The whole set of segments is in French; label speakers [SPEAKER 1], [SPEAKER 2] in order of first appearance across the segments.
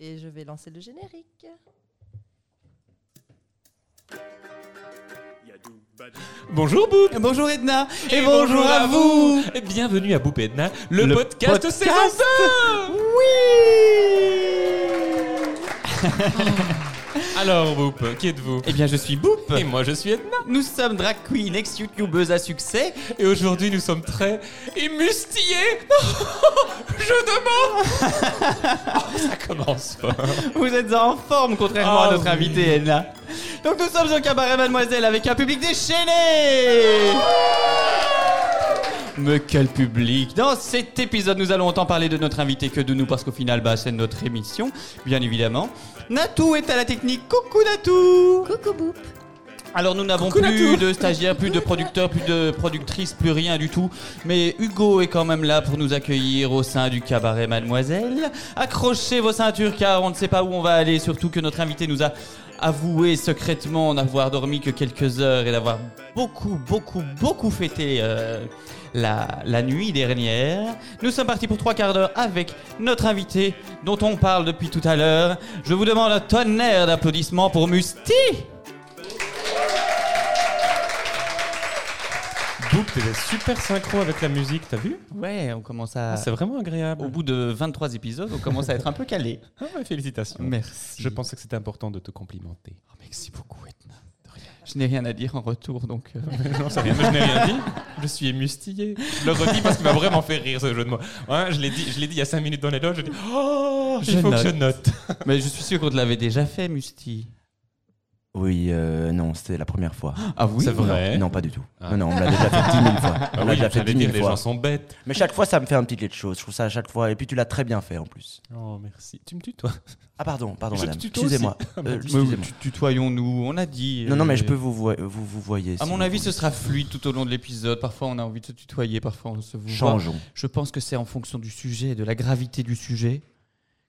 [SPEAKER 1] Et je vais lancer le générique.
[SPEAKER 2] Bonjour Boub
[SPEAKER 3] Euh, Bonjour Edna et, bonjour, à vous.
[SPEAKER 2] Et Bienvenue à Boub et Edna, le,
[SPEAKER 3] Le
[SPEAKER 2] podcast,
[SPEAKER 3] podcast.
[SPEAKER 2] saison 2 Oui Alors Boub, qui êtes-vous
[SPEAKER 3] Eh bien je suis Boop.
[SPEAKER 2] Et moi je suis Edna.
[SPEAKER 3] Nous sommes drag queen, ex-youtubeuse à succès.
[SPEAKER 2] Et aujourd'hui nous sommes très émoustillés Je demande Oh, Ça commence fort.
[SPEAKER 3] Vous êtes en forme contrairement
[SPEAKER 2] Ah
[SPEAKER 3] à notre
[SPEAKER 2] oui.
[SPEAKER 3] invité Edna. Donc nous sommes au cabaret Mademoiselle avec un public déchaîné. Mais quel public Dans cet épisode, nous allons autant parler de notre invité que de nous, parce qu'au final, bah, c'est notre émission, bien évidemment. Natou est à la technique. Coucou Natou
[SPEAKER 1] Coucou Boop.
[SPEAKER 3] Alors nous n'avons
[SPEAKER 2] Coucou,
[SPEAKER 3] plus
[SPEAKER 2] Natou.
[SPEAKER 3] de stagiaires, plus de producteurs, plus de productrices, plus rien du tout. Mais Hugo est quand même là pour nous accueillir au sein du cabaret Mademoiselle. Accrochez vos ceintures car on ne sait pas où on va aller, surtout que notre invité nous a avoué secrètement n'avoir dormi que quelques heures et d'avoir beaucoup, beaucoup, beaucoup fêté euh, la, la nuit dernière. Nous sommes partis pour trois quarts d'heure avec notre invité dont on parle depuis tout à l'heure. Je vous demande un tonnerre d'applaudissements pour Musti.
[SPEAKER 2] Boub, t'es super synchro avec la musique, t'as vu
[SPEAKER 3] Ouais, on commence à...
[SPEAKER 2] C'est vraiment agréable.
[SPEAKER 3] Ah, Au bout de 23 épisodes, on commence à être un peu calé.
[SPEAKER 2] Ah ouais, félicitations.
[SPEAKER 3] Merci.
[SPEAKER 2] Je pensais que c'était important de te complimenter.
[SPEAKER 3] Oh, merci beaucoup, Edna. De rien. Je n'ai rien à dire en retour, donc. euh,
[SPEAKER 2] Non, ça vient, je n'ai rien dit. Je suis émoustillé. Je le redis parce qu'il m'a vraiment fait rire ce jeu de mots. Hein, je l'ai dit, je l'ai dit il y a 5 minutes dans les loges. Je dis, oh, il
[SPEAKER 3] Je
[SPEAKER 2] faut
[SPEAKER 3] note.
[SPEAKER 2] que je note.
[SPEAKER 3] Mais je suis sûr qu'on te l'avait déjà fait, Musti.
[SPEAKER 4] Oui, euh, non, c'était la première fois.
[SPEAKER 3] Ah oui
[SPEAKER 2] C'est vrai.
[SPEAKER 4] Non, non, pas du tout.
[SPEAKER 2] Ah.
[SPEAKER 4] Non, non, on me l'a déjà fait 10 000 fois.
[SPEAKER 2] Ah
[SPEAKER 4] on
[SPEAKER 2] oui,
[SPEAKER 4] l'a déjà fait
[SPEAKER 2] j'allais
[SPEAKER 4] 10
[SPEAKER 2] dire,
[SPEAKER 4] 000
[SPEAKER 2] les
[SPEAKER 4] fois.
[SPEAKER 2] gens sont bêtes.
[SPEAKER 4] Mais chaque fois, ça me fait un petit quelque chose. Je trouve ça à chaque fois. Et puis, tu l'as très bien fait en plus.
[SPEAKER 2] Oh, merci. Tu me tutoies.
[SPEAKER 4] Ah, pardon, pardon,
[SPEAKER 2] Je
[SPEAKER 4] madame.
[SPEAKER 2] te tutoie
[SPEAKER 4] Excusez-moi.
[SPEAKER 2] aussi. Ah,
[SPEAKER 4] Euh,
[SPEAKER 2] merde.
[SPEAKER 3] Mais oui,
[SPEAKER 4] excusez-moi.
[SPEAKER 3] tu- tutoyons-nous, on a dit.
[SPEAKER 4] Non, non, mais je
[SPEAKER 3] euh,
[SPEAKER 4] peux vous, voi- vous, vous voyez.
[SPEAKER 3] À
[SPEAKER 4] si
[SPEAKER 3] mon
[SPEAKER 4] vous
[SPEAKER 3] avis, ce
[SPEAKER 4] voulez.
[SPEAKER 3] sera fluide tout au long de l'épisode. Parfois, on a envie de se tutoyer, parfois, on se voit.
[SPEAKER 4] Changeons.
[SPEAKER 3] Je pense que c'est en fonction du sujet, de la gravité du sujet.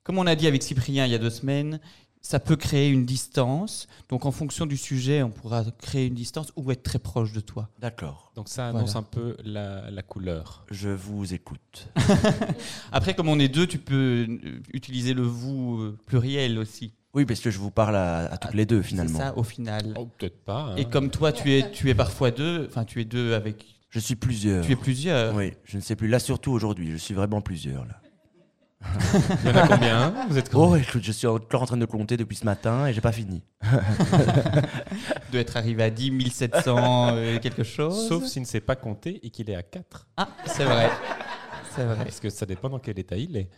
[SPEAKER 3] Comme on a dit avec Cyprien il y a deux semaines, ça peut créer une distance. Donc, en fonction du sujet, on pourra créer une distance ou être très proche de toi.
[SPEAKER 4] D'accord.
[SPEAKER 2] Donc ça annonce
[SPEAKER 3] Voilà.
[SPEAKER 2] un peu la, la couleur.
[SPEAKER 4] Je vous écoute.
[SPEAKER 3] Après, comme on est deux, tu peux euh, utiliser le vous euh, pluriel aussi.
[SPEAKER 4] Oui, parce que je vous parle à, à toutes les deux
[SPEAKER 3] C'est
[SPEAKER 4] finalement.
[SPEAKER 3] ça, au final.
[SPEAKER 2] Oh, peut-être pas. hein.
[SPEAKER 3] Et comme toi, tu es, tu es parfois deux, enfin, tu es deux avec.
[SPEAKER 4] Je suis plusieurs.
[SPEAKER 3] Tu es plusieurs.
[SPEAKER 4] Oui, je ne sais plus. Là, surtout aujourd'hui, je suis vraiment plusieurs. Là.
[SPEAKER 2] Il y en a combien hein Vous êtes combien
[SPEAKER 4] Oh, écoute, je suis encore en train de compter depuis ce matin et j'ai pas fini.
[SPEAKER 3] De être arrivé à 10 700 euh, quelque chose.
[SPEAKER 2] Sauf s'il ne sait pas compter et qu'il est à 4.
[SPEAKER 3] Ah, c'est vrai. C'est vrai.
[SPEAKER 2] Parce que ça dépend dans quel état il est.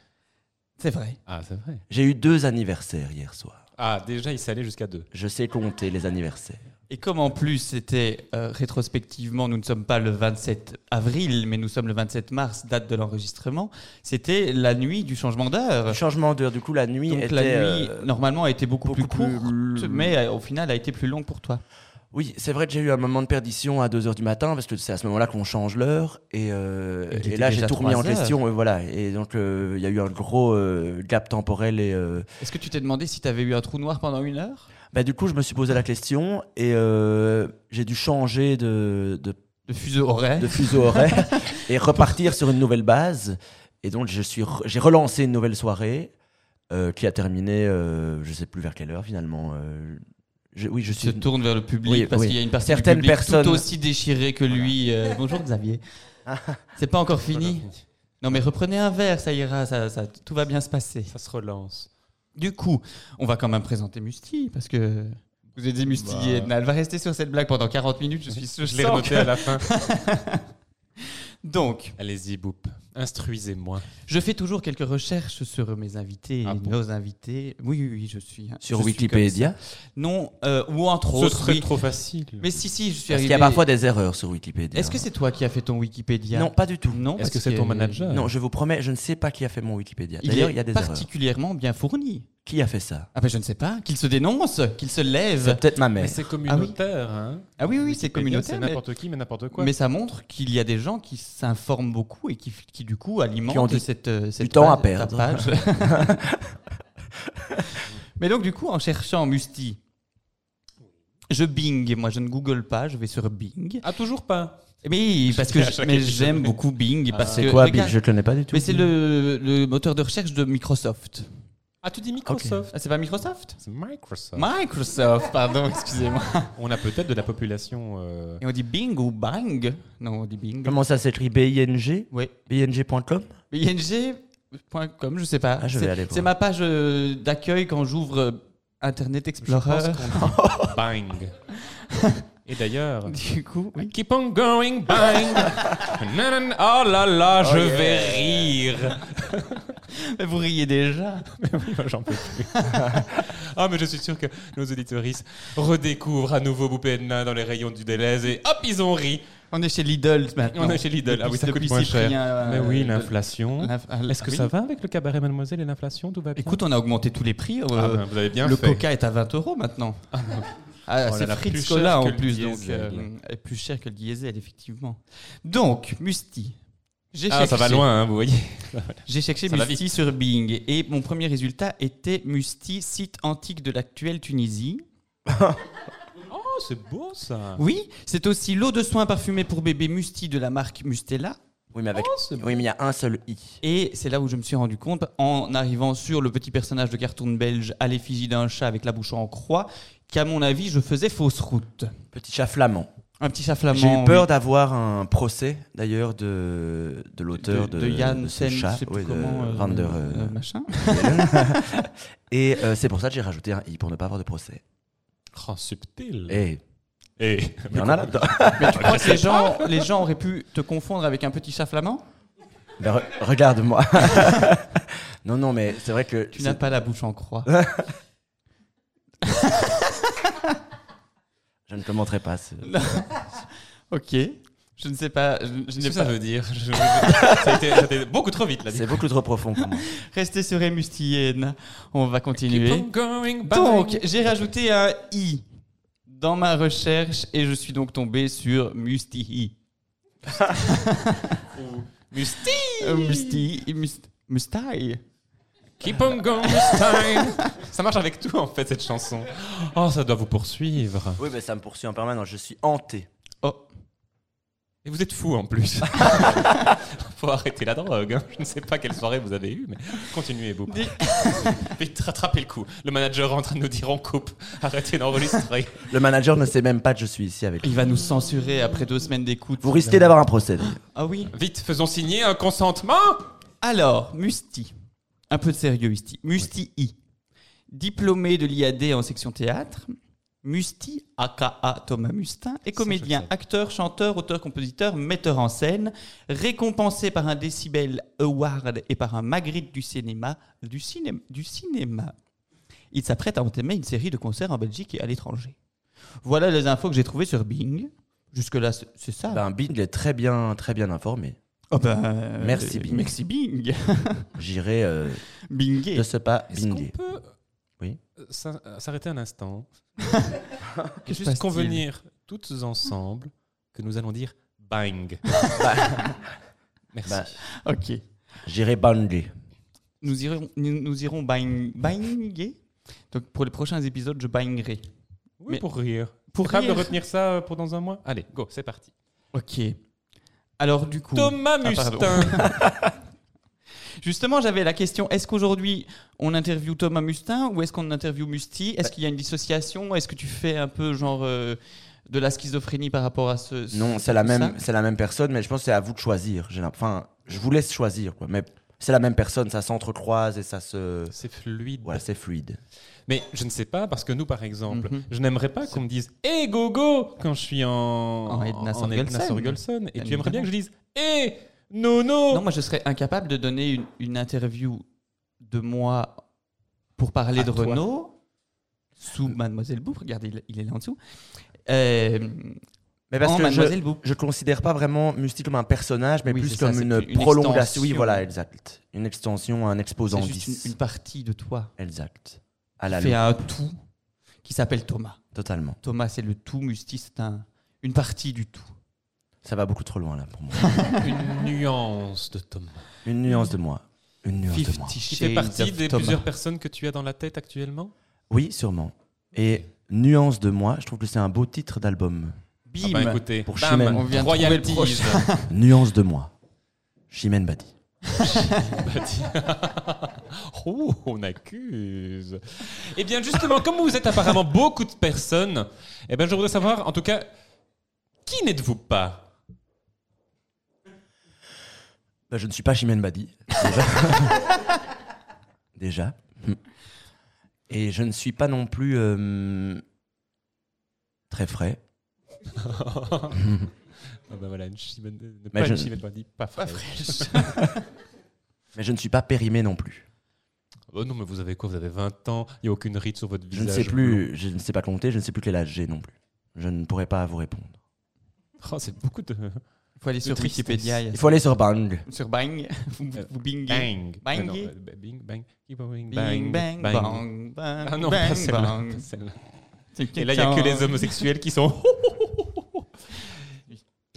[SPEAKER 3] C'est vrai.
[SPEAKER 2] Ah, c'est vrai.
[SPEAKER 4] J'ai eu deux anniversaires hier soir.
[SPEAKER 2] Ah, déjà, il s'est allé jusqu'à 2.
[SPEAKER 4] Je sais compter les anniversaires.
[SPEAKER 3] Et comme en plus, c'était euh, rétrospectivement, nous ne sommes pas le 27 avril, mais nous sommes le 27 mars, date de l'enregistrement, c'était la nuit du changement d'heure.
[SPEAKER 4] Le changement d'heure, du coup, la nuit
[SPEAKER 3] Donc
[SPEAKER 4] était.
[SPEAKER 3] la nuit,
[SPEAKER 4] euh,
[SPEAKER 3] normalement, a été beaucoup,
[SPEAKER 4] beaucoup
[SPEAKER 3] plus
[SPEAKER 4] plus
[SPEAKER 3] courte,
[SPEAKER 4] l-
[SPEAKER 3] mais euh, au final, a été plus longue pour toi.
[SPEAKER 4] Oui, c'est vrai que j'ai eu un moment de perdition à 2h du matin, parce que c'est à ce moment-là qu'on change l'heure. Et, euh,
[SPEAKER 3] Il
[SPEAKER 4] et
[SPEAKER 3] était
[SPEAKER 4] là,
[SPEAKER 3] déjà
[SPEAKER 4] j'ai tout remis en
[SPEAKER 3] 3 heures.
[SPEAKER 4] question. Et voilà. Et donc, euh, il y a eu un gros euh, gap temporel. Et, euh,
[SPEAKER 3] Est-ce que tu t'es demandé si tu avais eu un trou noir pendant une heure
[SPEAKER 4] bah, du coup, je me suis posé la question et euh, j'ai dû changer de, de,
[SPEAKER 3] De fuseau horaire
[SPEAKER 4] Hein? de fuseau horaire et repartir sur une nouvelle base. Et donc, je suis re- j'ai relancé une nouvelle soirée euh, qui a terminé, euh, je sais plus vers quelle heure finalement. euh, je- oui, je
[SPEAKER 3] Tu
[SPEAKER 4] suis.
[SPEAKER 3] te tournes vers le public
[SPEAKER 4] Oui,
[SPEAKER 3] parce
[SPEAKER 4] oui.
[SPEAKER 3] qu'il y a une partie
[SPEAKER 4] Certaines
[SPEAKER 3] du public
[SPEAKER 4] personnes-
[SPEAKER 3] tout aussi déchirée que lui. Euh, bonjour Xavier. C'est pas encore fini Non mais reprenez un verre, ça ira, ça, ça- tout va bien se passer.
[SPEAKER 2] Ça se relance.
[SPEAKER 3] Du coup, on va quand même présenter Musti parce que vous avez dit Musti
[SPEAKER 2] Bah.
[SPEAKER 3] et Edna. Elle va rester sur cette blague pendant 40 minutes, je suis sûr.
[SPEAKER 2] Je l'ai renoté à la fin.
[SPEAKER 3] Donc,
[SPEAKER 2] Allez-y, Boop. Instruisez-moi.
[SPEAKER 3] Je fais toujours quelques recherches sur mes invités,
[SPEAKER 2] Ah
[SPEAKER 3] et
[SPEAKER 2] bon
[SPEAKER 3] nos invités. Oui, oui, oui, je suis. hein.
[SPEAKER 4] Sur
[SPEAKER 3] je suis
[SPEAKER 4] Wikipédia
[SPEAKER 3] comme ça. Non, euh, ou entre
[SPEAKER 2] Ce
[SPEAKER 3] autres.
[SPEAKER 2] serait
[SPEAKER 3] oui.
[SPEAKER 2] trop facile.
[SPEAKER 3] Mais si, si, je suis
[SPEAKER 4] Parce
[SPEAKER 3] arrivé.
[SPEAKER 4] qu'il y a parfois des erreurs sur Wikipédia.
[SPEAKER 3] Est-ce que c'est toi qui as fait ton Wikipédia
[SPEAKER 4] Non, pas du tout.
[SPEAKER 3] Non.
[SPEAKER 2] Est-ce
[SPEAKER 3] parce
[SPEAKER 2] que c'est ton manager
[SPEAKER 4] Non, je vous promets, je ne sais pas qui a fait mon Wikipédia.
[SPEAKER 3] Ah. Il
[SPEAKER 4] D'ailleurs,
[SPEAKER 3] est
[SPEAKER 4] il y a des erreurs.
[SPEAKER 3] particulièrement bien fourni.
[SPEAKER 4] Qui a fait ça
[SPEAKER 3] Ah ben je ne sais pas. Qu'il se dénonce, qu'il se lève.
[SPEAKER 4] C'est peut-être ma
[SPEAKER 2] Mais
[SPEAKER 4] mère.
[SPEAKER 2] c'est communautaire. hein.
[SPEAKER 3] Ah oui, oui, oui, c'est
[SPEAKER 2] Wikipédia,
[SPEAKER 3] communautaire.
[SPEAKER 2] C'est
[SPEAKER 3] Mais,
[SPEAKER 2] n'importe qui, mais n'importe quoi.
[SPEAKER 3] mais ça montre qu'il y a des gens qui s'informent beaucoup et qui, qui, du coup alimentent
[SPEAKER 4] Qui ont du-
[SPEAKER 3] cette, euh, cette
[SPEAKER 4] temps à
[SPEAKER 3] page- ta
[SPEAKER 4] perdre.
[SPEAKER 3] page. mais donc du coup, en cherchant Musti, je Bing. Moi, je ne Google pas. Je vais sur Bing.
[SPEAKER 2] Ah, toujours pas.
[SPEAKER 3] Mais parce que
[SPEAKER 2] À
[SPEAKER 3] j-
[SPEAKER 2] chaque
[SPEAKER 3] mais
[SPEAKER 2] épisode.
[SPEAKER 3] j'aime beaucoup Bing parce
[SPEAKER 2] Ah.
[SPEAKER 3] que
[SPEAKER 4] C'est quoi,
[SPEAKER 3] regarde-
[SPEAKER 4] Bill Je ne connais pas du tout.
[SPEAKER 3] Mais c'est le, le moteur de recherche de Microsoft.
[SPEAKER 2] Ah, Ah, tu dis Microsoft.
[SPEAKER 3] Ah, c'est pas Microsoft
[SPEAKER 2] C'est Microsoft.
[SPEAKER 3] Microsoft, pardon, excusez-moi.
[SPEAKER 2] on a peut-être de la population. euh,
[SPEAKER 3] Et on dit Bing ou Bang Non, on dit Bing.
[SPEAKER 4] Comment ça s'écrit BING
[SPEAKER 3] Oui.
[SPEAKER 4] BING.com
[SPEAKER 3] ING.com, je sais pas.
[SPEAKER 4] Ah, je
[SPEAKER 3] C'est-
[SPEAKER 4] vais aller voir.
[SPEAKER 3] C'est ma page euh, d'accueil quand j'ouvre euh, Internet Explorer.
[SPEAKER 2] Bang. Et d'ailleurs.
[SPEAKER 3] Du coup, oui.
[SPEAKER 2] Keep on going, bang. Nanan- oh là là, je
[SPEAKER 4] yeah.
[SPEAKER 2] vais rire.
[SPEAKER 3] Mais vous riez déjà.
[SPEAKER 2] Oui, moi, J'en peux plus. ah, mais je suis sûr que nos auditoristes redécouvrent à nouveau Boupé de Nain dans les rayons du Délèze et hop, ils ont ri.
[SPEAKER 3] On est chez Lidl maintenant.
[SPEAKER 2] On est chez Lidl. Ah oui, ça
[SPEAKER 3] Depuis- depuis
[SPEAKER 2] coûte moins cher.
[SPEAKER 3] Cyprien, euh,
[SPEAKER 2] mais oui,
[SPEAKER 3] de-
[SPEAKER 2] l'inflation.
[SPEAKER 3] L'inf- ah,
[SPEAKER 2] Est-ce que
[SPEAKER 3] oui.
[SPEAKER 2] ça va avec le cabaret Mademoiselle et l'inflation Tout va bien
[SPEAKER 3] Écoute, on a augmenté tous les prix. euh,
[SPEAKER 2] Ah ben, vous avez bien
[SPEAKER 3] le
[SPEAKER 2] fait.
[SPEAKER 3] coca est à 20 euros maintenant. Ah,
[SPEAKER 2] Oh là
[SPEAKER 3] c'est
[SPEAKER 2] là, plus
[SPEAKER 3] Fritz
[SPEAKER 2] cher
[SPEAKER 3] Cola
[SPEAKER 2] que
[SPEAKER 3] en
[SPEAKER 2] le
[SPEAKER 3] plus,
[SPEAKER 2] diesel.
[SPEAKER 3] donc euh, est plus cher que le diesel, effectivement. Donc, Musti. J'ai
[SPEAKER 2] Ah, ça va
[SPEAKER 3] cherché-
[SPEAKER 2] loin, hein, vous voyez.
[SPEAKER 3] J'ai cherché
[SPEAKER 2] Ça va
[SPEAKER 3] Musti sur Bing et mon premier résultat était Musti, site antique de l'actuelle Tunisie.
[SPEAKER 2] Oh, c'est beau ça.
[SPEAKER 3] Oui, c'est aussi l'eau de soin parfumée pour bébé Musti de la marque Mustela.
[SPEAKER 4] Oui, mais avec.
[SPEAKER 2] c'est
[SPEAKER 4] Oui, mais il y a un seul i.
[SPEAKER 3] Et c'est là où je me suis rendu compte, en arrivant sur le petit personnage de cartoon belge à l'effigie d'un chat avec la bouche en croix, qu'à mon avis, je faisais fausse route.
[SPEAKER 4] Petit chat flamand.
[SPEAKER 3] Un petit chat flamand.
[SPEAKER 4] J'ai eu peur
[SPEAKER 3] oui.
[SPEAKER 4] d'avoir un procès d'ailleurs de, de l'auteur de,
[SPEAKER 3] de, Yann
[SPEAKER 4] de ce
[SPEAKER 3] Sen,
[SPEAKER 4] chat,
[SPEAKER 3] je sais plus
[SPEAKER 4] oui, de
[SPEAKER 3] comment. euh,
[SPEAKER 4] Rander, euh,
[SPEAKER 3] euh, machin.
[SPEAKER 4] et euh, c'est pour ça que j'ai rajouté un i pour ne pas avoir de procès.
[SPEAKER 2] Oh, subtil. Eh,
[SPEAKER 4] Et
[SPEAKER 2] Et...
[SPEAKER 4] il y en a là-dedans.
[SPEAKER 3] Mais tu crois que les gens, les gens auraient pu te confondre avec un petit chat flamand
[SPEAKER 4] Ben, re- regarde-moi. non, non, mais c'est vrai que
[SPEAKER 3] Tu
[SPEAKER 4] c'est-
[SPEAKER 3] n'as pas la bouche en croix.
[SPEAKER 4] je ne commenterai pas. ce-
[SPEAKER 3] ok. Je ne sais pas. Je, je
[SPEAKER 2] Qu'est-ce
[SPEAKER 3] n'ai
[SPEAKER 2] que ça
[SPEAKER 3] pas.
[SPEAKER 2] veut dire Je- ça, a été, ça a été beaucoup trop vite là.
[SPEAKER 4] C'est beaucoup trop profond pour moi.
[SPEAKER 3] Restez sur Emustienne. On va continuer.
[SPEAKER 2] Keep on going, bang.
[SPEAKER 3] Donc, j'ai rajouté un i dans ma recherche et je suis donc tombé sur Musti.
[SPEAKER 2] Musti,
[SPEAKER 3] Euh, Musti, Must- Mustai.
[SPEAKER 2] keep on going, Musti. ça marche avec tout en fait cette chanson. Oh, ça doit vous poursuivre.
[SPEAKER 4] Oui, mais ça me poursuit en permanence. Je suis hanté.
[SPEAKER 3] Oh,
[SPEAKER 2] Et vous êtes fou en plus. Faut arrêter la drogue. hein. Je ne sais pas quelle soirée vous avez eue, mais continuez vous.
[SPEAKER 3] Dis-
[SPEAKER 2] Vite, rattrapez le coup. Le manager est en train de nous dire on coupe. Arrêtez d'enregistrer.
[SPEAKER 4] Le manager ne sait même pas que je suis ici avec lui.
[SPEAKER 3] il va nous censurer après deux semaines d'écoute.
[SPEAKER 4] Vous risquez d'avoir un procès. d'ailleurs.
[SPEAKER 3] Ah oui.
[SPEAKER 2] Vite, faisons signer un consentement.
[SPEAKER 3] Alors, Musti. Un peu de sérieux ici. Musti I. Diplômé de l'IAD en section théâtre. Musti, aka Thomas Mustin, est comédien,
[SPEAKER 2] je le sais.
[SPEAKER 3] acteur, chanteur, auteur, compositeur, metteur en scène, récompensé par un Decibel Award et par un Magritte du cinéma. Du, cinéma du cinéma. Il s'apprête à entamer une série de concerts en Belgique et à l'étranger. Voilà les infos que j'ai trouvées sur Bing. Jusque-là, c'est c'est ça.
[SPEAKER 4] Ben, Bing est très bien, très bien informé.
[SPEAKER 3] Oh ben, euh,
[SPEAKER 4] Merci, Bing.
[SPEAKER 3] Merci Bing.
[SPEAKER 4] J'irai euh,
[SPEAKER 3] Bingué.
[SPEAKER 4] de ce pas
[SPEAKER 2] Est-ce qu'on
[SPEAKER 4] binguer.
[SPEAKER 2] peut
[SPEAKER 4] Oui.
[SPEAKER 2] euh, s'in- euh, s'arrêter un instant
[SPEAKER 3] Que se
[SPEAKER 2] et juste
[SPEAKER 3] passe-t-il
[SPEAKER 2] convenir toutes ensemble que nous allons dire bang.
[SPEAKER 3] Bah.
[SPEAKER 2] Merci.
[SPEAKER 4] Bah,
[SPEAKER 3] Ok.
[SPEAKER 4] J'irai banger.
[SPEAKER 3] Nous irons, nous, nous irons bang, banguer. Donc pour les prochains épisodes, je bangerai.
[SPEAKER 2] oui,
[SPEAKER 3] mais-
[SPEAKER 2] pour rire.
[SPEAKER 3] Pour
[SPEAKER 2] Capable de
[SPEAKER 3] rire.
[SPEAKER 2] retenir ça euh, pour dans un mois Allez, go, c'est parti.
[SPEAKER 3] Ok. Alors du coup,
[SPEAKER 2] Thomas
[SPEAKER 3] Ah, pardon.
[SPEAKER 2] Mustin.
[SPEAKER 3] justement, j'avais la question est-ce qu'aujourd'hui on interviewe Thomas Mustin ou est-ce qu'on interviewe Musti Est-ce qu'il y a une dissociation Est-ce que tu fais un peu genre euh, de la schizophrénie par rapport à ce ce-
[SPEAKER 4] Non, c'est la même,
[SPEAKER 3] ça
[SPEAKER 4] c'est la même personne, mais je pense que c'est à vous de choisir. J'ai l'im- Enfin, je vous laisse choisir, quoi. Mais c'est la même personne, ça s'entrecroise et ça se,
[SPEAKER 2] c'est fluide.
[SPEAKER 4] voilà, c'est fluide.
[SPEAKER 2] Mais je ne sais pas, parce que nous, par exemple,
[SPEAKER 3] Mhm.
[SPEAKER 2] je n'aimerais pas qu'on me dise Hé gogo quand je suis en,
[SPEAKER 3] En Edna
[SPEAKER 2] en
[SPEAKER 3] Sorgelson.
[SPEAKER 2] Sorgelson. Et
[SPEAKER 3] Bien
[SPEAKER 2] tu aimerais
[SPEAKER 3] évidemment.
[SPEAKER 2] bien que je dise Hé nono
[SPEAKER 3] Non, moi je serais incapable de donner une, une interview de moi pour parler
[SPEAKER 2] À
[SPEAKER 3] de
[SPEAKER 2] toi.
[SPEAKER 3] Renault sous Mademoiselle Boub. Regardez, il, il est là en dessous. Euh,
[SPEAKER 4] Mais parce
[SPEAKER 3] en
[SPEAKER 4] que je,
[SPEAKER 3] Mademoiselle Boub.
[SPEAKER 4] je considère pas vraiment Musti comme un personnage, mais
[SPEAKER 3] Oui,
[SPEAKER 4] plus
[SPEAKER 3] c'est ça,
[SPEAKER 4] comme
[SPEAKER 3] c'est
[SPEAKER 4] une,
[SPEAKER 3] plus une
[SPEAKER 4] prolongation. Oui,
[SPEAKER 3] extension.
[SPEAKER 4] voilà, exact. Une extension, un exposant
[SPEAKER 3] C'est juste
[SPEAKER 4] 10.
[SPEAKER 3] une, une partie de toi.
[SPEAKER 4] Exact. À
[SPEAKER 3] Elle
[SPEAKER 4] la
[SPEAKER 3] fait
[SPEAKER 4] loupe,
[SPEAKER 3] un tout qui s'appelle Thomas.
[SPEAKER 4] totalement.
[SPEAKER 3] Thomas, c'est le tout. Musti, c'est un, une partie du tout.
[SPEAKER 4] Ça va beaucoup trop loin là pour moi.
[SPEAKER 2] Une nuance de Thomas.
[SPEAKER 4] une nuance de moi. Une nuance de moi.
[SPEAKER 3] Fifty
[SPEAKER 2] Qui
[SPEAKER 3] Shades
[SPEAKER 2] fait partie
[SPEAKER 3] of
[SPEAKER 2] des
[SPEAKER 3] Thomas.
[SPEAKER 2] plusieurs personnes que tu as dans la tête actuellement
[SPEAKER 4] Oui, sûrement. Et nuance de moi, je trouve que c'est un beau titre d'album.
[SPEAKER 3] Bim.
[SPEAKER 2] Ah bah écoutez,
[SPEAKER 4] Pour
[SPEAKER 2] bam,
[SPEAKER 4] Chimène.
[SPEAKER 3] On vient de
[SPEAKER 2] royalties.
[SPEAKER 3] trouver le
[SPEAKER 4] nuance de moi. Chimène Badi.
[SPEAKER 2] Bah, tiens. Oh, on accuse. Eh bien, justement, comme vous êtes apparemment beaucoup de personnes, eh bien, je voudrais savoir, en tout cas, qui n'êtes-vous pas
[SPEAKER 4] Bah, je ne suis pas Chimène Badi. Déjà.
[SPEAKER 3] Mm.
[SPEAKER 4] déjà. Et je ne suis pas non plus euh, très frais.
[SPEAKER 2] Ah ben voilà, une chimène, ne
[SPEAKER 4] Mais
[SPEAKER 2] pas
[SPEAKER 4] Bah, je-
[SPEAKER 2] une chimène, on dit pas fraîche.
[SPEAKER 4] Mais je ne suis pas périmé non plus.
[SPEAKER 2] Oh non, mais vous avez quoi Vous avez 20 ans, il n'y a aucune ride sur votre
[SPEAKER 4] Je
[SPEAKER 2] visage.
[SPEAKER 4] ne sais plus, je ne sais pas compter, je ne sais plus quel âge j'ai non plus. Je ne pourrais pas vous répondre.
[SPEAKER 2] Oh, c'est beaucoup de...
[SPEAKER 3] Il faut aller sur
[SPEAKER 2] tristesse.
[SPEAKER 3] Wikipédia. il y a
[SPEAKER 4] Il
[SPEAKER 3] ça.
[SPEAKER 4] faut aller sur Bang.
[SPEAKER 3] Sur Bang, vous, vous binguez.
[SPEAKER 2] Bang
[SPEAKER 3] Bang.
[SPEAKER 2] Non, non, bah, Bing, bang, keep on bing,
[SPEAKER 3] Bing, bang,
[SPEAKER 2] bang.
[SPEAKER 3] bang, bang,
[SPEAKER 2] Ah non, pas
[SPEAKER 3] bang,
[SPEAKER 2] celle-là,
[SPEAKER 3] bang.
[SPEAKER 2] pas celle-là.
[SPEAKER 3] C'est
[SPEAKER 2] Et là, il n'y a que
[SPEAKER 3] quelqu'un-
[SPEAKER 2] les homosexuels qui sont...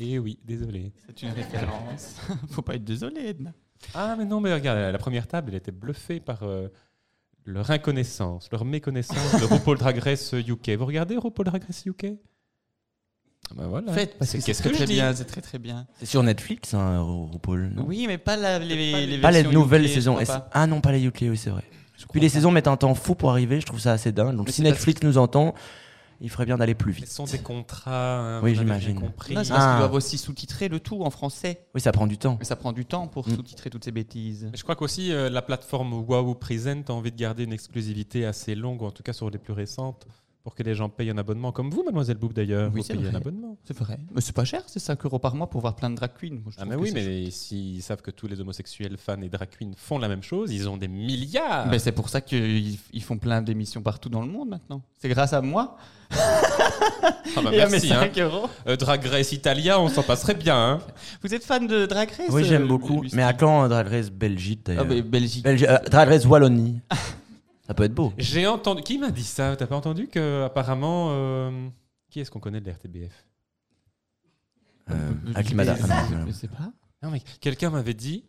[SPEAKER 2] Et oui, désolé.
[SPEAKER 3] C'est une référence. faut pas être désolé, Edna.
[SPEAKER 2] Ah, mais non, mais regarde, la première table, elle était bluffée par euh, leur inconnaissance, leur méconnaissance de RuPaul Drag Race UK. Vous regardez RuPaul Drag Race UK Ah ben voilà.
[SPEAKER 3] Faites, parce
[SPEAKER 2] C'est-
[SPEAKER 3] que c'est
[SPEAKER 2] qu'est-ce
[SPEAKER 3] très,
[SPEAKER 2] que
[SPEAKER 3] très
[SPEAKER 2] je dis
[SPEAKER 3] bien. C'est très, très bien.
[SPEAKER 4] C'est sur Netflix, hein, Ru- RuPaul. non
[SPEAKER 3] Oui, mais pas la, les,
[SPEAKER 2] Pas les-
[SPEAKER 4] pas les
[SPEAKER 3] versions
[SPEAKER 4] nouvelles
[SPEAKER 3] UK, je
[SPEAKER 4] saisons.
[SPEAKER 3] crois
[SPEAKER 4] Est-ce-
[SPEAKER 3] pas.
[SPEAKER 4] Ah non, pas les UK, oui, c'est vrai.
[SPEAKER 3] Je crois
[SPEAKER 4] Puis les
[SPEAKER 3] pas.
[SPEAKER 4] saisons mettent un temps fou pour arriver, je trouve ça assez dingue. Donc
[SPEAKER 3] Mais
[SPEAKER 4] si
[SPEAKER 3] c'est parce
[SPEAKER 4] Netflix nous entend, il ferait bien d'aller plus
[SPEAKER 2] Ce
[SPEAKER 4] vite.
[SPEAKER 2] sont des contrats. hein,
[SPEAKER 4] Oui,
[SPEAKER 2] vous avez bien
[SPEAKER 4] j'imagine.
[SPEAKER 2] compris.
[SPEAKER 3] Non, c'est parce
[SPEAKER 4] Ah.
[SPEAKER 3] qu'ils doivent aussi sous-titrer le tout en français.
[SPEAKER 4] Oui, ça prend du temps.
[SPEAKER 3] Mais ça prend du temps pour
[SPEAKER 4] Mm.
[SPEAKER 3] sous-titrer toutes ces bêtises.
[SPEAKER 2] Mais Je crois qu'aussi euh, la plateforme Wow Present a envie de garder une exclusivité assez longue, ou en tout cas sur les plus récentes, pour que les gens payent un abonnement. Comme vous, mademoiselle Boub d'ailleurs,
[SPEAKER 3] Oui,
[SPEAKER 2] vous
[SPEAKER 3] c'est
[SPEAKER 2] payez un
[SPEAKER 3] vrai.
[SPEAKER 2] abonnement.
[SPEAKER 3] C'est vrai. Mais c'est pas cher, c'est 5 euros par mois pour voir plein de drag queens. Moi, je
[SPEAKER 2] Ah
[SPEAKER 3] trouve
[SPEAKER 2] mais
[SPEAKER 3] que
[SPEAKER 2] oui,
[SPEAKER 3] c'est chouette.
[SPEAKER 2] mais s'ils savent que tous les homosexuels fans et drag queens font la même chose, ils ont des milliards.
[SPEAKER 3] Ben, c'est pour ça qu'ils ils font plein d'émissions partout dans le monde maintenant. C'est grâce à moi
[SPEAKER 2] Ah bah
[SPEAKER 3] et à mes
[SPEAKER 2] merci. hein.
[SPEAKER 3] 5 euros.
[SPEAKER 2] Euh, drag Race Italia, on s'en passerait bien. hein.
[SPEAKER 3] Vous êtes fan de Drag Race
[SPEAKER 4] Oui, j'aime
[SPEAKER 3] euh,
[SPEAKER 4] beaucoup.
[SPEAKER 3] Lucie
[SPEAKER 4] Mais à quand euh, Drag Race Belgique
[SPEAKER 3] Ah,
[SPEAKER 4] d'ailleurs
[SPEAKER 3] ben, Belgique.
[SPEAKER 4] Belgi- euh, Drag Race Wallonie. ça peut être beau.
[SPEAKER 2] J'ai entendu. Qui m'a dit ça T'as pas entendu que apparemment. euh, Qui est-ce qu'on connaît de la RTBF
[SPEAKER 4] Euh,
[SPEAKER 3] Belgique.
[SPEAKER 4] Akimada.
[SPEAKER 3] Je
[SPEAKER 4] Ah, non, non,
[SPEAKER 3] sais-
[SPEAKER 4] non.
[SPEAKER 3] Je sais pas.
[SPEAKER 2] Non, mais quelqu'un m'avait dit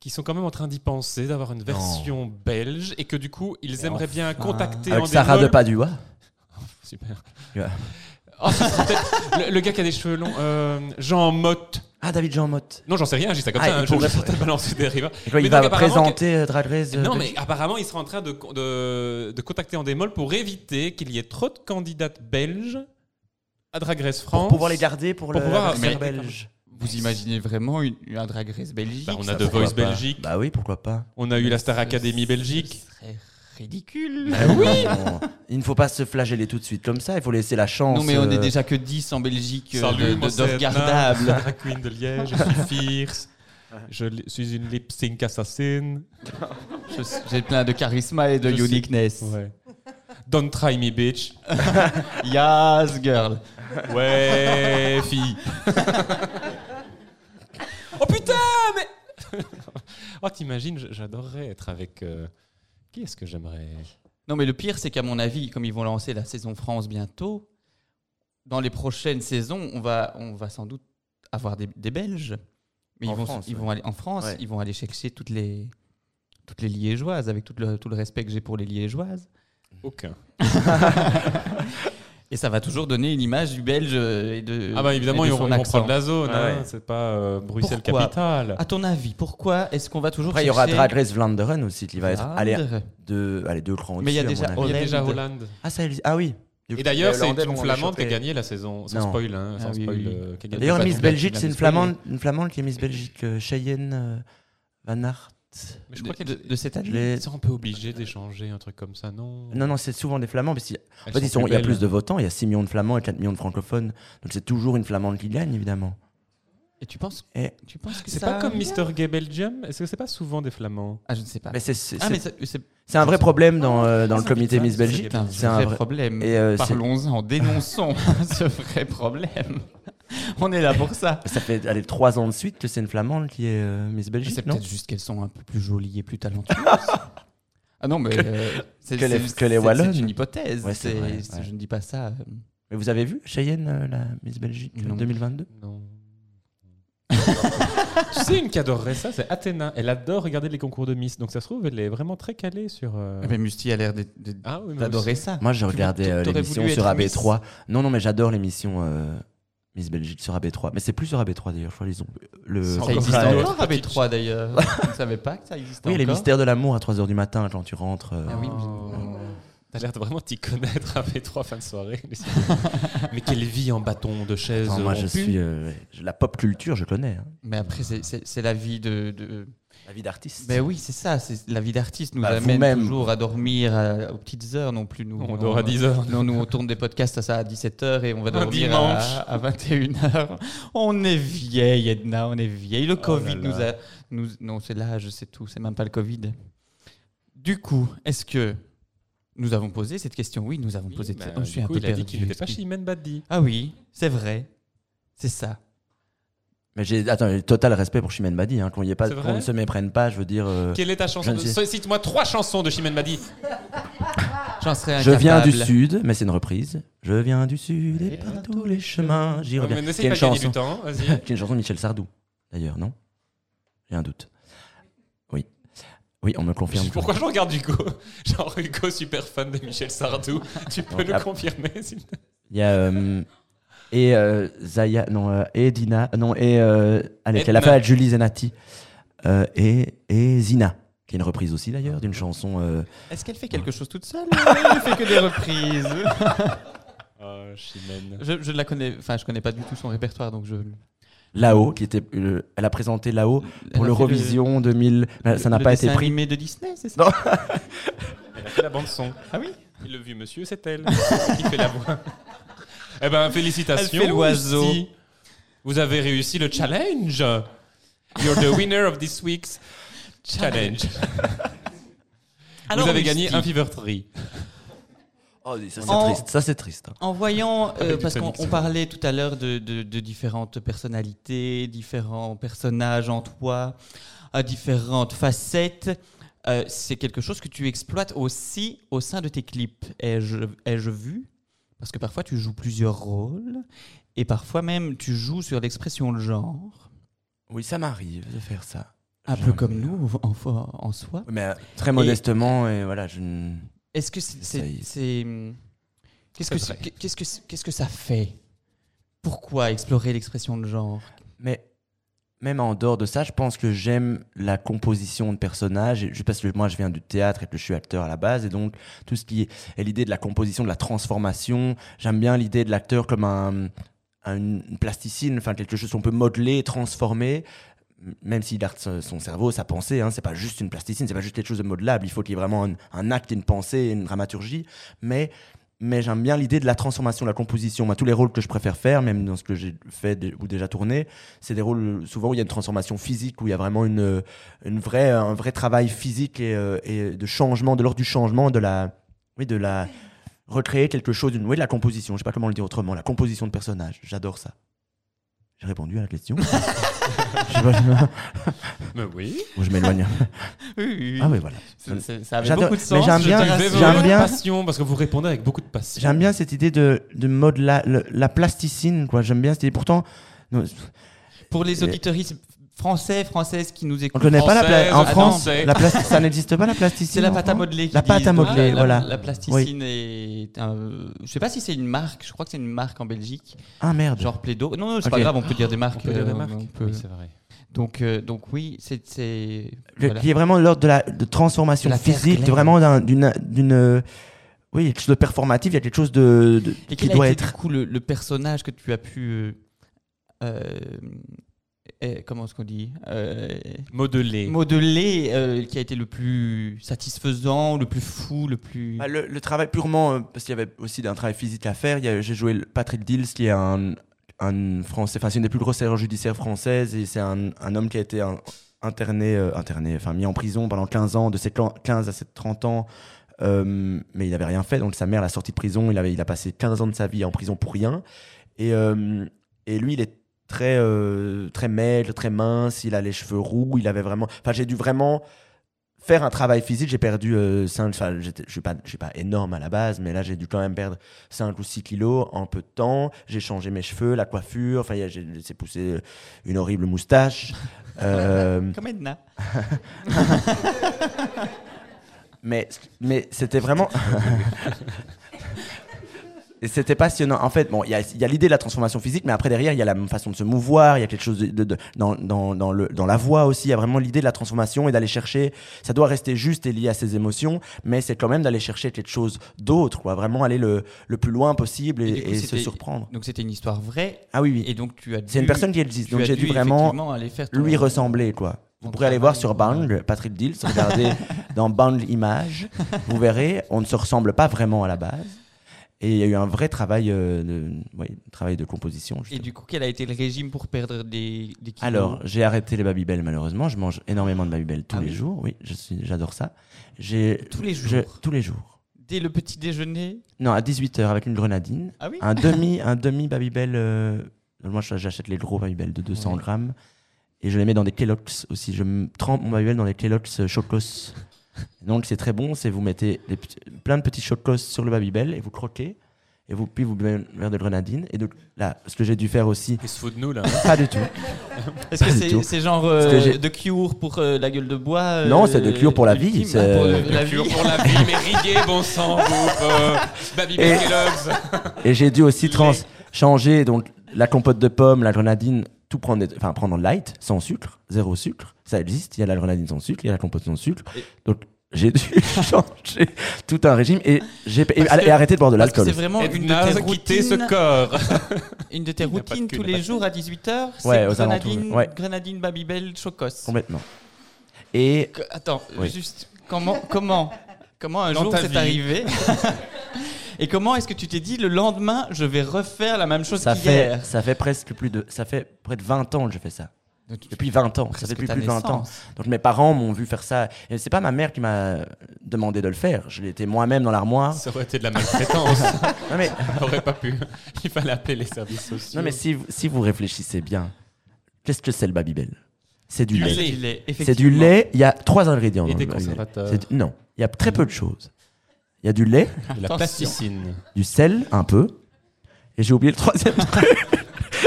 [SPEAKER 2] qu'ils sont quand même en train d'y penser, d'avoir une version belge et que du coup, ils
[SPEAKER 3] Mais
[SPEAKER 2] aimeraient bien
[SPEAKER 3] enfin.
[SPEAKER 2] contacter un
[SPEAKER 4] Avec
[SPEAKER 2] des
[SPEAKER 4] Sarah
[SPEAKER 2] lol-
[SPEAKER 4] Depaduah.
[SPEAKER 2] Super.
[SPEAKER 4] Yeah.
[SPEAKER 2] Oh, ce serait peut-être le, le gars qui a des cheveux longs, euh, Jean Motte.
[SPEAKER 4] Ah, David Jean Motte.
[SPEAKER 2] Non, j'en sais rien, j'ai ça comme
[SPEAKER 4] Ah,
[SPEAKER 2] ça.
[SPEAKER 4] il
[SPEAKER 2] hein, je
[SPEAKER 4] pourrait-
[SPEAKER 2] vais pas te balancer des rives.
[SPEAKER 4] Et quoi,
[SPEAKER 2] Mais
[SPEAKER 4] il
[SPEAKER 2] donc,
[SPEAKER 4] va
[SPEAKER 2] apparemment,
[SPEAKER 4] présenter euh, Drag Race. euh,
[SPEAKER 2] Non, mais
[SPEAKER 4] Belgique.
[SPEAKER 2] apparemment, il sera en train de, de, de contacter en démol pour éviter qu'il y ait trop de candidates belges à Drag Race France.
[SPEAKER 4] Pour pouvoir les garder pour,
[SPEAKER 2] Pour
[SPEAKER 4] le
[SPEAKER 2] pouvoir-
[SPEAKER 4] Drag Race
[SPEAKER 2] Mais-
[SPEAKER 4] belge.
[SPEAKER 3] Vous imaginez vraiment une, un Drag Race Belgique
[SPEAKER 2] Bah, on a
[SPEAKER 3] ça
[SPEAKER 2] The
[SPEAKER 3] pourrait
[SPEAKER 2] Voice
[SPEAKER 3] pas.
[SPEAKER 2] Belgique,
[SPEAKER 4] Bah oui, pourquoi pas.
[SPEAKER 2] on a eu la Star Academy Belgique.
[SPEAKER 3] Ce serait ridicule.
[SPEAKER 4] oui Il ne faut pas se flageller tout de suite comme ça, il faut laisser la chance.
[SPEAKER 3] Non, mais on est
[SPEAKER 4] euh,
[SPEAKER 3] déjà que 10 en Belgique euh,
[SPEAKER 2] Salut,
[SPEAKER 3] de-
[SPEAKER 2] moi,
[SPEAKER 3] de-
[SPEAKER 2] c'est
[SPEAKER 3] de regardables.
[SPEAKER 2] Edna, drag queen de Liège, je suis fierce. Je li- suis une lip sync assassine.
[SPEAKER 3] Je- J'ai plein de charisme et de
[SPEAKER 2] Je sais.
[SPEAKER 3] uniqueness.
[SPEAKER 2] Ouais. Don't try me, bitch.
[SPEAKER 3] Yes, girl.
[SPEAKER 2] Ouais, fille. oh putain, mais. oh, t'imagines, j- j'adorerais être avec. euh, Qui est-ce que j'aimerais
[SPEAKER 3] Non, mais le pire, c'est qu'à mon avis, comme ils vont lancer la saison France bientôt, dans les prochaines saisons, on va, on va sans doute avoir des, des Belges. Mais
[SPEAKER 4] En
[SPEAKER 3] ils vont,
[SPEAKER 4] France,
[SPEAKER 3] ils
[SPEAKER 4] ouais.
[SPEAKER 3] vont aller en France,
[SPEAKER 4] Ouais.
[SPEAKER 3] ils vont aller chercher toutes les, toutes les Liégeoises, avec tout le, tout le respect que j'ai pour les Liégeoises.
[SPEAKER 2] Aucun.
[SPEAKER 3] Et ça va toujours donner une image du Belge euh, et de.
[SPEAKER 2] Ah bah évidemment,
[SPEAKER 3] et
[SPEAKER 2] ils
[SPEAKER 3] de
[SPEAKER 2] vont
[SPEAKER 3] son
[SPEAKER 2] ils vont
[SPEAKER 3] accent.
[SPEAKER 2] prendre la zone.
[SPEAKER 4] Ah
[SPEAKER 2] hein,
[SPEAKER 4] ouais.
[SPEAKER 2] C'est pas euh, Bruxelles
[SPEAKER 3] Pourquoi Ah,
[SPEAKER 2] capitale.
[SPEAKER 3] À ton avis, pourquoi est-ce qu'on va toujours
[SPEAKER 4] Après, il y aura
[SPEAKER 3] chercher
[SPEAKER 4] Drag Race Vlaanderen aussi qui va être à l'air
[SPEAKER 3] Vlaanderen
[SPEAKER 4] de, allez, deux crans
[SPEAKER 3] Mais il y a
[SPEAKER 4] au-dessus, à
[SPEAKER 3] déjà
[SPEAKER 4] mon avis.
[SPEAKER 2] Il y a déjà
[SPEAKER 3] Hollande. Euh,
[SPEAKER 2] Hollande.
[SPEAKER 4] Ah, ça, elle- ah oui.
[SPEAKER 2] Et d'ailleurs,
[SPEAKER 4] Les
[SPEAKER 2] c'est
[SPEAKER 4] Hollandais
[SPEAKER 2] une
[SPEAKER 4] vont
[SPEAKER 2] Flamande qui
[SPEAKER 4] les
[SPEAKER 2] a
[SPEAKER 4] choper.
[SPEAKER 2] gagné la saison. Sans
[SPEAKER 4] Non.
[SPEAKER 2] spoil, hein, sans
[SPEAKER 3] Ah oui,
[SPEAKER 2] spoil.
[SPEAKER 3] oui.
[SPEAKER 2] euh, qui a gagné
[SPEAKER 4] D'ailleurs,
[SPEAKER 2] la
[SPEAKER 4] Miss
[SPEAKER 2] saison.
[SPEAKER 4] Belgique, c'est une Flamande,
[SPEAKER 2] Mais
[SPEAKER 4] une Flamande qui est Miss Belgique, euh, Cheyenne euh, Van Aert.
[SPEAKER 2] je crois
[SPEAKER 3] de,
[SPEAKER 2] qu'elle-
[SPEAKER 3] de- de cette
[SPEAKER 4] Je
[SPEAKER 3] année.
[SPEAKER 4] l'ai-
[SPEAKER 2] C'est un peu obligé d'échanger un truc comme ça, non
[SPEAKER 4] Non, non, c'est souvent des Flamands. Parce qu'il- en
[SPEAKER 2] Elles
[SPEAKER 4] fait,
[SPEAKER 2] sont
[SPEAKER 4] ils sont-
[SPEAKER 2] plus
[SPEAKER 4] il y a
[SPEAKER 2] belles.
[SPEAKER 4] plus de votants, il y a 6 millions de Flamands et 4 millions de francophones. Donc c'est toujours une Flamande qui gagne, évidemment.
[SPEAKER 3] Et tu penses,
[SPEAKER 4] Et-
[SPEAKER 3] tu penses que
[SPEAKER 2] C'est
[SPEAKER 3] ça-
[SPEAKER 2] pas comme Mister Gay Belgium Est-ce que c'est pas souvent des Flamands
[SPEAKER 3] Ah, je ne sais pas.
[SPEAKER 4] Mais c'est- c'est
[SPEAKER 3] ah, mais
[SPEAKER 4] c'est-
[SPEAKER 3] ça- c'est
[SPEAKER 4] c'est un vrai problème dans, euh, dans le
[SPEAKER 2] c'est
[SPEAKER 4] comité
[SPEAKER 2] bizarre,
[SPEAKER 4] Miss
[SPEAKER 2] c'est
[SPEAKER 4] Belgique. hein,
[SPEAKER 3] un
[SPEAKER 4] C'est un
[SPEAKER 3] vrai
[SPEAKER 4] vrai-
[SPEAKER 3] problème.
[SPEAKER 4] Et euh, c'est-
[SPEAKER 3] Parlons-en, dénonçons ce vrai problème. On est là pour ça.
[SPEAKER 4] ça fait allez, 3 ans de suite que c'est une Flamande qui est euh, Miss Belgique,
[SPEAKER 3] Ah, C'est
[SPEAKER 4] non
[SPEAKER 3] peut-être juste qu'elles sont un peu plus jolies et plus talentueuses. ah non, mais euh, c'est
[SPEAKER 4] que les-
[SPEAKER 3] c'est-
[SPEAKER 4] que les
[SPEAKER 3] c'est-
[SPEAKER 4] Wallonnes.
[SPEAKER 3] C'est une hypothèse.
[SPEAKER 4] Ouais, c'est
[SPEAKER 3] C'est-
[SPEAKER 4] vrai,
[SPEAKER 3] c'est-
[SPEAKER 4] ouais.
[SPEAKER 3] Je ne dis pas ça. euh,
[SPEAKER 4] Mais vous avez vu Cheyenne, euh, la Miss Belgique euh,
[SPEAKER 3] Non.
[SPEAKER 4] 2022
[SPEAKER 2] Non. tu sais, une qui adorerait ça, c'est Athéna. Elle adore regarder les concours de Miss. Donc ça se trouve, elle est vraiment très calée sur. euh,
[SPEAKER 3] Mais Musti a l'air de- de-
[SPEAKER 2] Ah oui, mais
[SPEAKER 3] d'adorer ça.
[SPEAKER 4] Moi, je
[SPEAKER 3] Tu-
[SPEAKER 4] regardais euh,
[SPEAKER 3] t'aurais
[SPEAKER 4] l'émission
[SPEAKER 3] voulu
[SPEAKER 4] sur
[SPEAKER 3] être
[SPEAKER 4] AB3. Non, non, mais j'adore l'émission euh, Miss Belgique sur AB3. Mais c'est plus sur AB3 d'ailleurs, je crois qu'ils ont euh, le
[SPEAKER 2] Ça
[SPEAKER 3] Ça
[SPEAKER 2] Encore
[SPEAKER 3] existe
[SPEAKER 2] un
[SPEAKER 3] encore,
[SPEAKER 2] autre
[SPEAKER 3] AB3 d'ailleurs. Je ne savais pas que ça existait
[SPEAKER 4] Oui, les
[SPEAKER 3] encore.
[SPEAKER 4] mystères de l'amour à 3h du matin quand tu rentres. euh,
[SPEAKER 3] Ah oui.
[SPEAKER 2] Oh. T'as l'air de vraiment t'y connaître avec trois fins de soirée. Mais quelle vie en bâton de chaise.
[SPEAKER 4] attends, moi, je
[SPEAKER 2] rompue.
[SPEAKER 4] suis euh, ouais, je- la pop culture, je connais. hein.
[SPEAKER 3] Mais après, c'est- c'est c'est la vie de. de-
[SPEAKER 4] La vie d'artiste.
[SPEAKER 3] Mais oui, c'est ça, c'est la vie d'artiste nous
[SPEAKER 4] Bah,
[SPEAKER 3] amène
[SPEAKER 4] vous-même.
[SPEAKER 3] toujours à dormir à- aux petites heures non plus. Nous, euh,
[SPEAKER 2] On dort à 10 heures.
[SPEAKER 3] Non, nous, on tourne des podcasts à ça à 17h et on va
[SPEAKER 2] Un
[SPEAKER 3] dormir
[SPEAKER 2] dimanche.
[SPEAKER 3] à, 21h. On est vieille, Edna, on est vieille. Le Covid
[SPEAKER 2] Oh là
[SPEAKER 3] nous a. Nous, non, c'est l'âge, c'est tout, c'est même pas le Covid. Du coup, est-ce que nous avons posé cette question Oui, nous avons
[SPEAKER 2] Oui,
[SPEAKER 3] posé
[SPEAKER 2] bah,
[SPEAKER 3] cette question. Oh,
[SPEAKER 2] du coup, il a dit qu'il n'était pas Chimène Badi.
[SPEAKER 3] Ah oui, c'est vrai. C'est ça.
[SPEAKER 4] Mais j'ai attends, j'ai total respect pour Chimène Badi. Hein, qu'on y est pas,
[SPEAKER 2] C'est vrai
[SPEAKER 4] qu'on ne se méprenne pas, je veux dire. euh,
[SPEAKER 2] Quelle est ta chanson
[SPEAKER 4] je ne sais.
[SPEAKER 2] de- Cite-moi trois chansons de Chimène Badi.
[SPEAKER 3] J'en serais
[SPEAKER 4] Je viens du
[SPEAKER 3] incapable.
[SPEAKER 4] sud, mais c'est une reprise. Je viens du sud et par tous les chemins, j'y
[SPEAKER 2] Non,
[SPEAKER 4] reviens.
[SPEAKER 2] mais
[SPEAKER 4] Qui
[SPEAKER 2] N'essaye
[SPEAKER 4] est
[SPEAKER 2] pas
[SPEAKER 4] une
[SPEAKER 2] de gagner du
[SPEAKER 4] chanson,
[SPEAKER 2] temps. hein, Vas-y.
[SPEAKER 4] qui est une chanson de Michel Sardou, d'ailleurs, non J'ai un doute. Oui, oui, on me confirme.
[SPEAKER 2] Je- Pourquoi je regarde Hugo Genre Hugo, super fan de Michel Sardou. Tu peux le
[SPEAKER 4] Ah.
[SPEAKER 2] confirmer s'il te plaît
[SPEAKER 4] Il y a euh, et euh, Zaya, non euh, et Dina, non et euh, allez, qu'elle a fait
[SPEAKER 2] Edna.
[SPEAKER 4] à Julie Zenati euh, et et Zina, qui est une reprise aussi d'ailleurs d'une chanson. euh,
[SPEAKER 3] Est-ce qu'elle fait quelque chose toute seule Elle Ah, fait que des reprises.
[SPEAKER 2] Oh, Chimène.
[SPEAKER 3] Je, je ne la connais, enfin, je connais pas du tout son répertoire, donc je.
[SPEAKER 4] là-haut, qui était, euh, elle a présenté là-haut
[SPEAKER 3] Elle a
[SPEAKER 4] pour
[SPEAKER 3] fait
[SPEAKER 4] l'Eurovision 2000.
[SPEAKER 3] le-
[SPEAKER 4] ça n'a
[SPEAKER 3] le
[SPEAKER 4] pas été
[SPEAKER 3] dessin
[SPEAKER 4] pris.
[SPEAKER 3] animé de Disney, c'est ça
[SPEAKER 4] Non.
[SPEAKER 2] Elle a fait la bande-son.
[SPEAKER 3] Ah oui.
[SPEAKER 2] Et le vieux monsieur, c'est elle qui fait la voix. Eh ben, félicitations.
[SPEAKER 3] Elle fait l'oiseau.
[SPEAKER 2] Lucie. Vous avez réussi le challenge. You're the winner of this week's challenge.
[SPEAKER 3] Alors,
[SPEAKER 2] Vous avez
[SPEAKER 3] Lucie,
[SPEAKER 2] gagné un Fever Tree.
[SPEAKER 4] Oh, ça c'est
[SPEAKER 3] En-
[SPEAKER 4] triste. Ça c'est triste. hein.
[SPEAKER 3] En voyant, euh,
[SPEAKER 2] Avec du
[SPEAKER 3] parce qu'on
[SPEAKER 2] Sonic,
[SPEAKER 3] on
[SPEAKER 2] ça.
[SPEAKER 3] parlait tout à l'heure de, de- de différentes personnalités, différents personnages en toi, à différentes facettes. euh, c'est quelque chose que tu exploites aussi au sein de tes clips. Ai-je ai-je vu Parce que parfois tu joues plusieurs rôles et parfois même tu joues sur l'expression de genre,
[SPEAKER 4] Oui, ça m'arrive de faire ça.
[SPEAKER 3] un peu
[SPEAKER 4] J'aime
[SPEAKER 3] comme
[SPEAKER 4] bien.
[SPEAKER 3] nous en, fo- en soi.
[SPEAKER 4] Mais euh, très modestement et voilà, je. ne-
[SPEAKER 3] Est-ce que c'est. c'est-
[SPEAKER 4] J'essaye.
[SPEAKER 3] c'est- hum, Qu'est-ce que,
[SPEAKER 2] C'est vrai.
[SPEAKER 3] c'est- qu'est-ce que, c'est- qu'est-ce que ça fait Pourquoi explorer l'expression de genre
[SPEAKER 4] Mais même en dehors de ça, je pense que j'aime la composition de personnages. Et- je- Parce que moi, je viens du théâtre et que je suis acteur à la base. Et donc, tout ce qui est, est l'idée de la composition, de la transformation. J'aime bien l'idée de l'acteur comme un, un- une plasticine, enfin, quelque chose qu'on peut modeler, transformer. M- Même s'il garde son son cerveau, sa pensée, hein, c'est pas juste une plasticine, c'est pas juste quelque chose de modelable. Il faut qu'il y ait vraiment un, un acte, une pensée, une dramaturgie. Mais mais j'aime bien l'idée de la transformation, de la composition. Moi, tous les rôles que je préfère faire, même dans ce que j'ai fait dé- ou déjà tourné, c'est des rôles euh, souvent où il y a une transformation physique, où il y a vraiment une, euh, une vraie, un vrai travail physique et, euh, et de changement, de l'ordre du changement, de la, oui, de la recréer quelque chose, une, oui, de la composition. Je sais pas comment le dire autrement, la composition de personnage. J'adore ça. J'ai répondu à la question. je sais pas, je-
[SPEAKER 2] Mais oui.
[SPEAKER 4] ou je m'éloigne.
[SPEAKER 3] Oui, oui, oui.
[SPEAKER 4] Ah oui, voilà.
[SPEAKER 3] C'est- c'est- ça avait
[SPEAKER 4] J'adore-
[SPEAKER 3] beaucoup de
[SPEAKER 4] mais
[SPEAKER 3] sens.
[SPEAKER 4] j'aime
[SPEAKER 3] je
[SPEAKER 4] bien-
[SPEAKER 3] te rassure.
[SPEAKER 4] j'aime
[SPEAKER 2] J'aime bien.
[SPEAKER 4] bien-
[SPEAKER 2] Passion, parce que vous répondez avec beaucoup de passion.
[SPEAKER 4] J'aime bien cette idée de, de mode la, le- la plasticine, quoi. J'aime bien cette idée. Pourtant, non,
[SPEAKER 3] Pour les auditeurs français, françaises qui nous
[SPEAKER 4] On
[SPEAKER 3] écoutent, ah
[SPEAKER 4] connaît pas la
[SPEAKER 2] Française,
[SPEAKER 4] pla- en
[SPEAKER 2] attends,
[SPEAKER 4] France
[SPEAKER 2] c'est-
[SPEAKER 4] la plastic- ça n'existe pas la plasticine.
[SPEAKER 3] c'est la
[SPEAKER 4] en
[SPEAKER 3] pâte à
[SPEAKER 4] France
[SPEAKER 3] modeler. qui
[SPEAKER 4] La pâte
[SPEAKER 3] disent.
[SPEAKER 4] à modeler,
[SPEAKER 3] Ah, la-
[SPEAKER 4] voilà.
[SPEAKER 3] La plasticine est. un- je sais pas si c'est une marque. Je crois que c'est une marque en Belgique,
[SPEAKER 4] Ah merde.
[SPEAKER 3] genre Plaido. Non, non, c'est pas
[SPEAKER 4] Ok. Ah,
[SPEAKER 3] grave. On peut dire des
[SPEAKER 2] On
[SPEAKER 3] marques.
[SPEAKER 2] peut dire des
[SPEAKER 3] euh,
[SPEAKER 2] marques
[SPEAKER 3] on peut-
[SPEAKER 2] Oui, c'est vrai.
[SPEAKER 3] Donc, euh, donc oui, c'est. c'est-
[SPEAKER 4] Le-
[SPEAKER 3] voilà.
[SPEAKER 4] Qui est vraiment l'ordre de la de transformation
[SPEAKER 3] De la
[SPEAKER 4] physique,
[SPEAKER 3] terre
[SPEAKER 4] de vraiment d'un- d'une d'une euh, oui, quelque chose de performatif, il y a quelque chose de, de-
[SPEAKER 3] Et
[SPEAKER 4] qui
[SPEAKER 3] quel a
[SPEAKER 4] doit
[SPEAKER 3] été, du
[SPEAKER 4] être
[SPEAKER 3] coup le, le personnage que tu as pu. euh, euh, eh, comment est-ce qu'on dit Euh,
[SPEAKER 2] Modelé.
[SPEAKER 3] Modeler, euh, qui a été le plus satisfaisant, le plus fou, le plus.
[SPEAKER 4] Bah, le, le travail purement euh, parce qu'il y avait aussi un travail physique à faire, il y a- j'ai joué le Patrick Dills qui est un un français, enfin c'est une des plus grosses erreurs judiciaires françaises et c'est un, un homme qui a été un- interné, euh, interné, enfin mis en prison pendant 15 ans, de ses 15 à ses 30 ans, euh, mais il n'avait rien fait. Donc sa mère l'a sorti de prison, il, avait, il a passé 15 ans de sa vie en prison pour rien. Et, euh, et lui, il est très, euh, très maigre, très mince, il a les cheveux roux, il avait vraiment... Enfin, j'ai dû vraiment faire un travail physique, j'ai perdu 5... Enfin, j'étais- je suis pas, je suis pas énorme à la base, mais là, j'ai dû quand même perdre 5 ou 6 kilos en peu de temps. J'ai changé mes cheveux, la coiffure, enfin, il y a- j'ai j'ai poussé une horrible moustache. Euh,
[SPEAKER 3] Comme Edna.
[SPEAKER 4] Mais, mais c'était vraiment. Et c'était passionnant. En fait, bon, il y a, il y a l'idée de la transformation physique, mais après derrière, il y a la façon de se mouvoir, il y a quelque chose de, de- de- dans, dans, dans, le, dans la voix aussi. Il y a vraiment l'idée de la transformation et d'aller chercher. Ça doit rester juste et lié à ses émotions, mais c'est quand même d'aller chercher quelque chose d'autre, quoi. Vraiment aller le, le plus loin possible et,
[SPEAKER 3] Et du coup,
[SPEAKER 4] et se
[SPEAKER 3] c'était-
[SPEAKER 4] surprendre.
[SPEAKER 3] Donc c'était une histoire vraie.
[SPEAKER 4] Ah oui, oui.
[SPEAKER 3] Et donc tu as
[SPEAKER 4] C'est une
[SPEAKER 3] dû-
[SPEAKER 4] personne qui existe,
[SPEAKER 3] tu
[SPEAKER 4] donc
[SPEAKER 3] as
[SPEAKER 4] j'ai dû vraiment
[SPEAKER 3] effectivement aller faire ton-
[SPEAKER 4] lui ressembler, quoi. Vous
[SPEAKER 3] Ton
[SPEAKER 4] pourrez aller voir
[SPEAKER 3] travail,
[SPEAKER 4] sur
[SPEAKER 3] quoi.
[SPEAKER 4] Bang, Patrick Dills, regardez dans Bang Image, vous verrez, on ne se ressemble pas vraiment à la base. Et il y a eu un vrai travail, euh, de, oui, travail de composition.
[SPEAKER 3] Et
[SPEAKER 4] justement.
[SPEAKER 3] du coup, quel a été le régime pour perdre des, des kilos
[SPEAKER 4] Alors, j'ai arrêté les Babybel malheureusement. Je mange énormément de Babybel tous
[SPEAKER 3] Ah
[SPEAKER 4] les
[SPEAKER 3] oui
[SPEAKER 4] jours. Oui, je suis- j'adore ça. J'ai
[SPEAKER 3] Tous les jours
[SPEAKER 4] je- tous les jours.
[SPEAKER 3] Dès le petit déjeuner
[SPEAKER 4] Non, à 18h avec une grenadine,
[SPEAKER 3] Ah oui
[SPEAKER 4] un demi un demi Babybel. euh, moi, je- j'achète les gros Babybel de 200
[SPEAKER 3] Ouais.
[SPEAKER 4] grammes et je les mets dans des Kellogg's aussi. Je me trempe mon Babybel dans des Kellogg's euh, Chocos. Donc c'est très bon. C'est vous mettez des petits- plein de petits Chocos sur le Babybel et vous croquez. Et vous, puis vous buvez un verre de grenadine. Et donc là, ce que j'ai dû faire aussi,
[SPEAKER 2] Il se fout de nous, là.
[SPEAKER 4] pas du tout.
[SPEAKER 3] Est-ce que
[SPEAKER 4] Pas du
[SPEAKER 3] c'est
[SPEAKER 4] tout.
[SPEAKER 3] c'est genre euh,
[SPEAKER 4] Parce que j'ai-
[SPEAKER 3] de cure pour euh, la gueule de bois euh,
[SPEAKER 4] Non, c'est de cure pour la vie,
[SPEAKER 3] ultime, bah,
[SPEAKER 4] c'est-
[SPEAKER 3] pour le-
[SPEAKER 4] De
[SPEAKER 3] la
[SPEAKER 2] La cure
[SPEAKER 3] vie.
[SPEAKER 2] pour la vie, mais riguez, bon sang, vous, euh, Baby
[SPEAKER 4] Et-
[SPEAKER 2] Kellogg's.
[SPEAKER 4] Et j'ai dû aussi trans changer donc la compote de pommes, la grenadine, tout prendre, enfin prendre en light, sans sucre, zéro sucre. Ça existe. Il y a la grenadine sans sucre, il y a la compote sans sucre.
[SPEAKER 3] Et-
[SPEAKER 4] Donc j'ai dû changer tout un régime et j'ai et,
[SPEAKER 3] Parce que-
[SPEAKER 4] et arrêter de boire de
[SPEAKER 3] Parce que
[SPEAKER 4] l'alcool.
[SPEAKER 3] c'est vraiment une
[SPEAKER 2] Edna,
[SPEAKER 3] de tes
[SPEAKER 2] quittez ce
[SPEAKER 3] routines,
[SPEAKER 2] corps.
[SPEAKER 3] une de tes
[SPEAKER 2] Il n'a pas de
[SPEAKER 3] routines
[SPEAKER 2] cul,
[SPEAKER 3] tous
[SPEAKER 2] il n'a
[SPEAKER 3] les
[SPEAKER 2] pas de
[SPEAKER 3] jours à 18h,
[SPEAKER 4] Ouais,
[SPEAKER 3] c'est
[SPEAKER 4] aux
[SPEAKER 3] grenadine,
[SPEAKER 4] alentours, ouais.
[SPEAKER 3] grenadine Babybel Chocos.
[SPEAKER 4] Complètement. Et
[SPEAKER 3] Que- Attends,
[SPEAKER 4] Oui.
[SPEAKER 3] juste comment comment comment un
[SPEAKER 2] Dans
[SPEAKER 3] jour
[SPEAKER 2] ta
[SPEAKER 3] c'est
[SPEAKER 2] vie.
[SPEAKER 3] arrivé Et comment est-ce que tu t'es dit le lendemain je vais refaire la même chose
[SPEAKER 4] ça fait
[SPEAKER 3] qu'hier
[SPEAKER 4] ça fait presque plus de ça fait près de 20 ans que je fais ça. Depuis 20 ans, ça fait
[SPEAKER 3] Presque
[SPEAKER 4] plus,
[SPEAKER 3] ta
[SPEAKER 4] plus de 20 ans.
[SPEAKER 3] naissance.
[SPEAKER 4] Donc mes parents m'ont vu faire ça. Et c'est pas ma mère qui m'a demandé de le faire. Je l'étais moi-même dans l'armoire.
[SPEAKER 2] Ça aurait été de la maltraitance.
[SPEAKER 4] Non mais
[SPEAKER 2] On n'aurait pas pu. Il fallait appeler les services sociaux.
[SPEAKER 4] Non, mais si, vous- si vous réfléchissez bien, qu'est-ce que c'est le Babybel C'est du
[SPEAKER 2] Du
[SPEAKER 3] Ah,
[SPEAKER 4] lait.
[SPEAKER 3] C'est
[SPEAKER 2] lait.
[SPEAKER 3] du lait,
[SPEAKER 4] C'est du
[SPEAKER 3] effectivement.
[SPEAKER 4] lait, il y a trois ingrédients.
[SPEAKER 2] Et
[SPEAKER 4] dans
[SPEAKER 2] des
[SPEAKER 4] le Babybel.
[SPEAKER 2] conservateurs. Mm-hmm.
[SPEAKER 4] C'est du- Non, il y a très peu de choses. Il y a du lait,
[SPEAKER 2] De la
[SPEAKER 3] Attention.
[SPEAKER 2] plasticine.
[SPEAKER 4] du sel, un peu. Et j'ai oublié le troisième truc.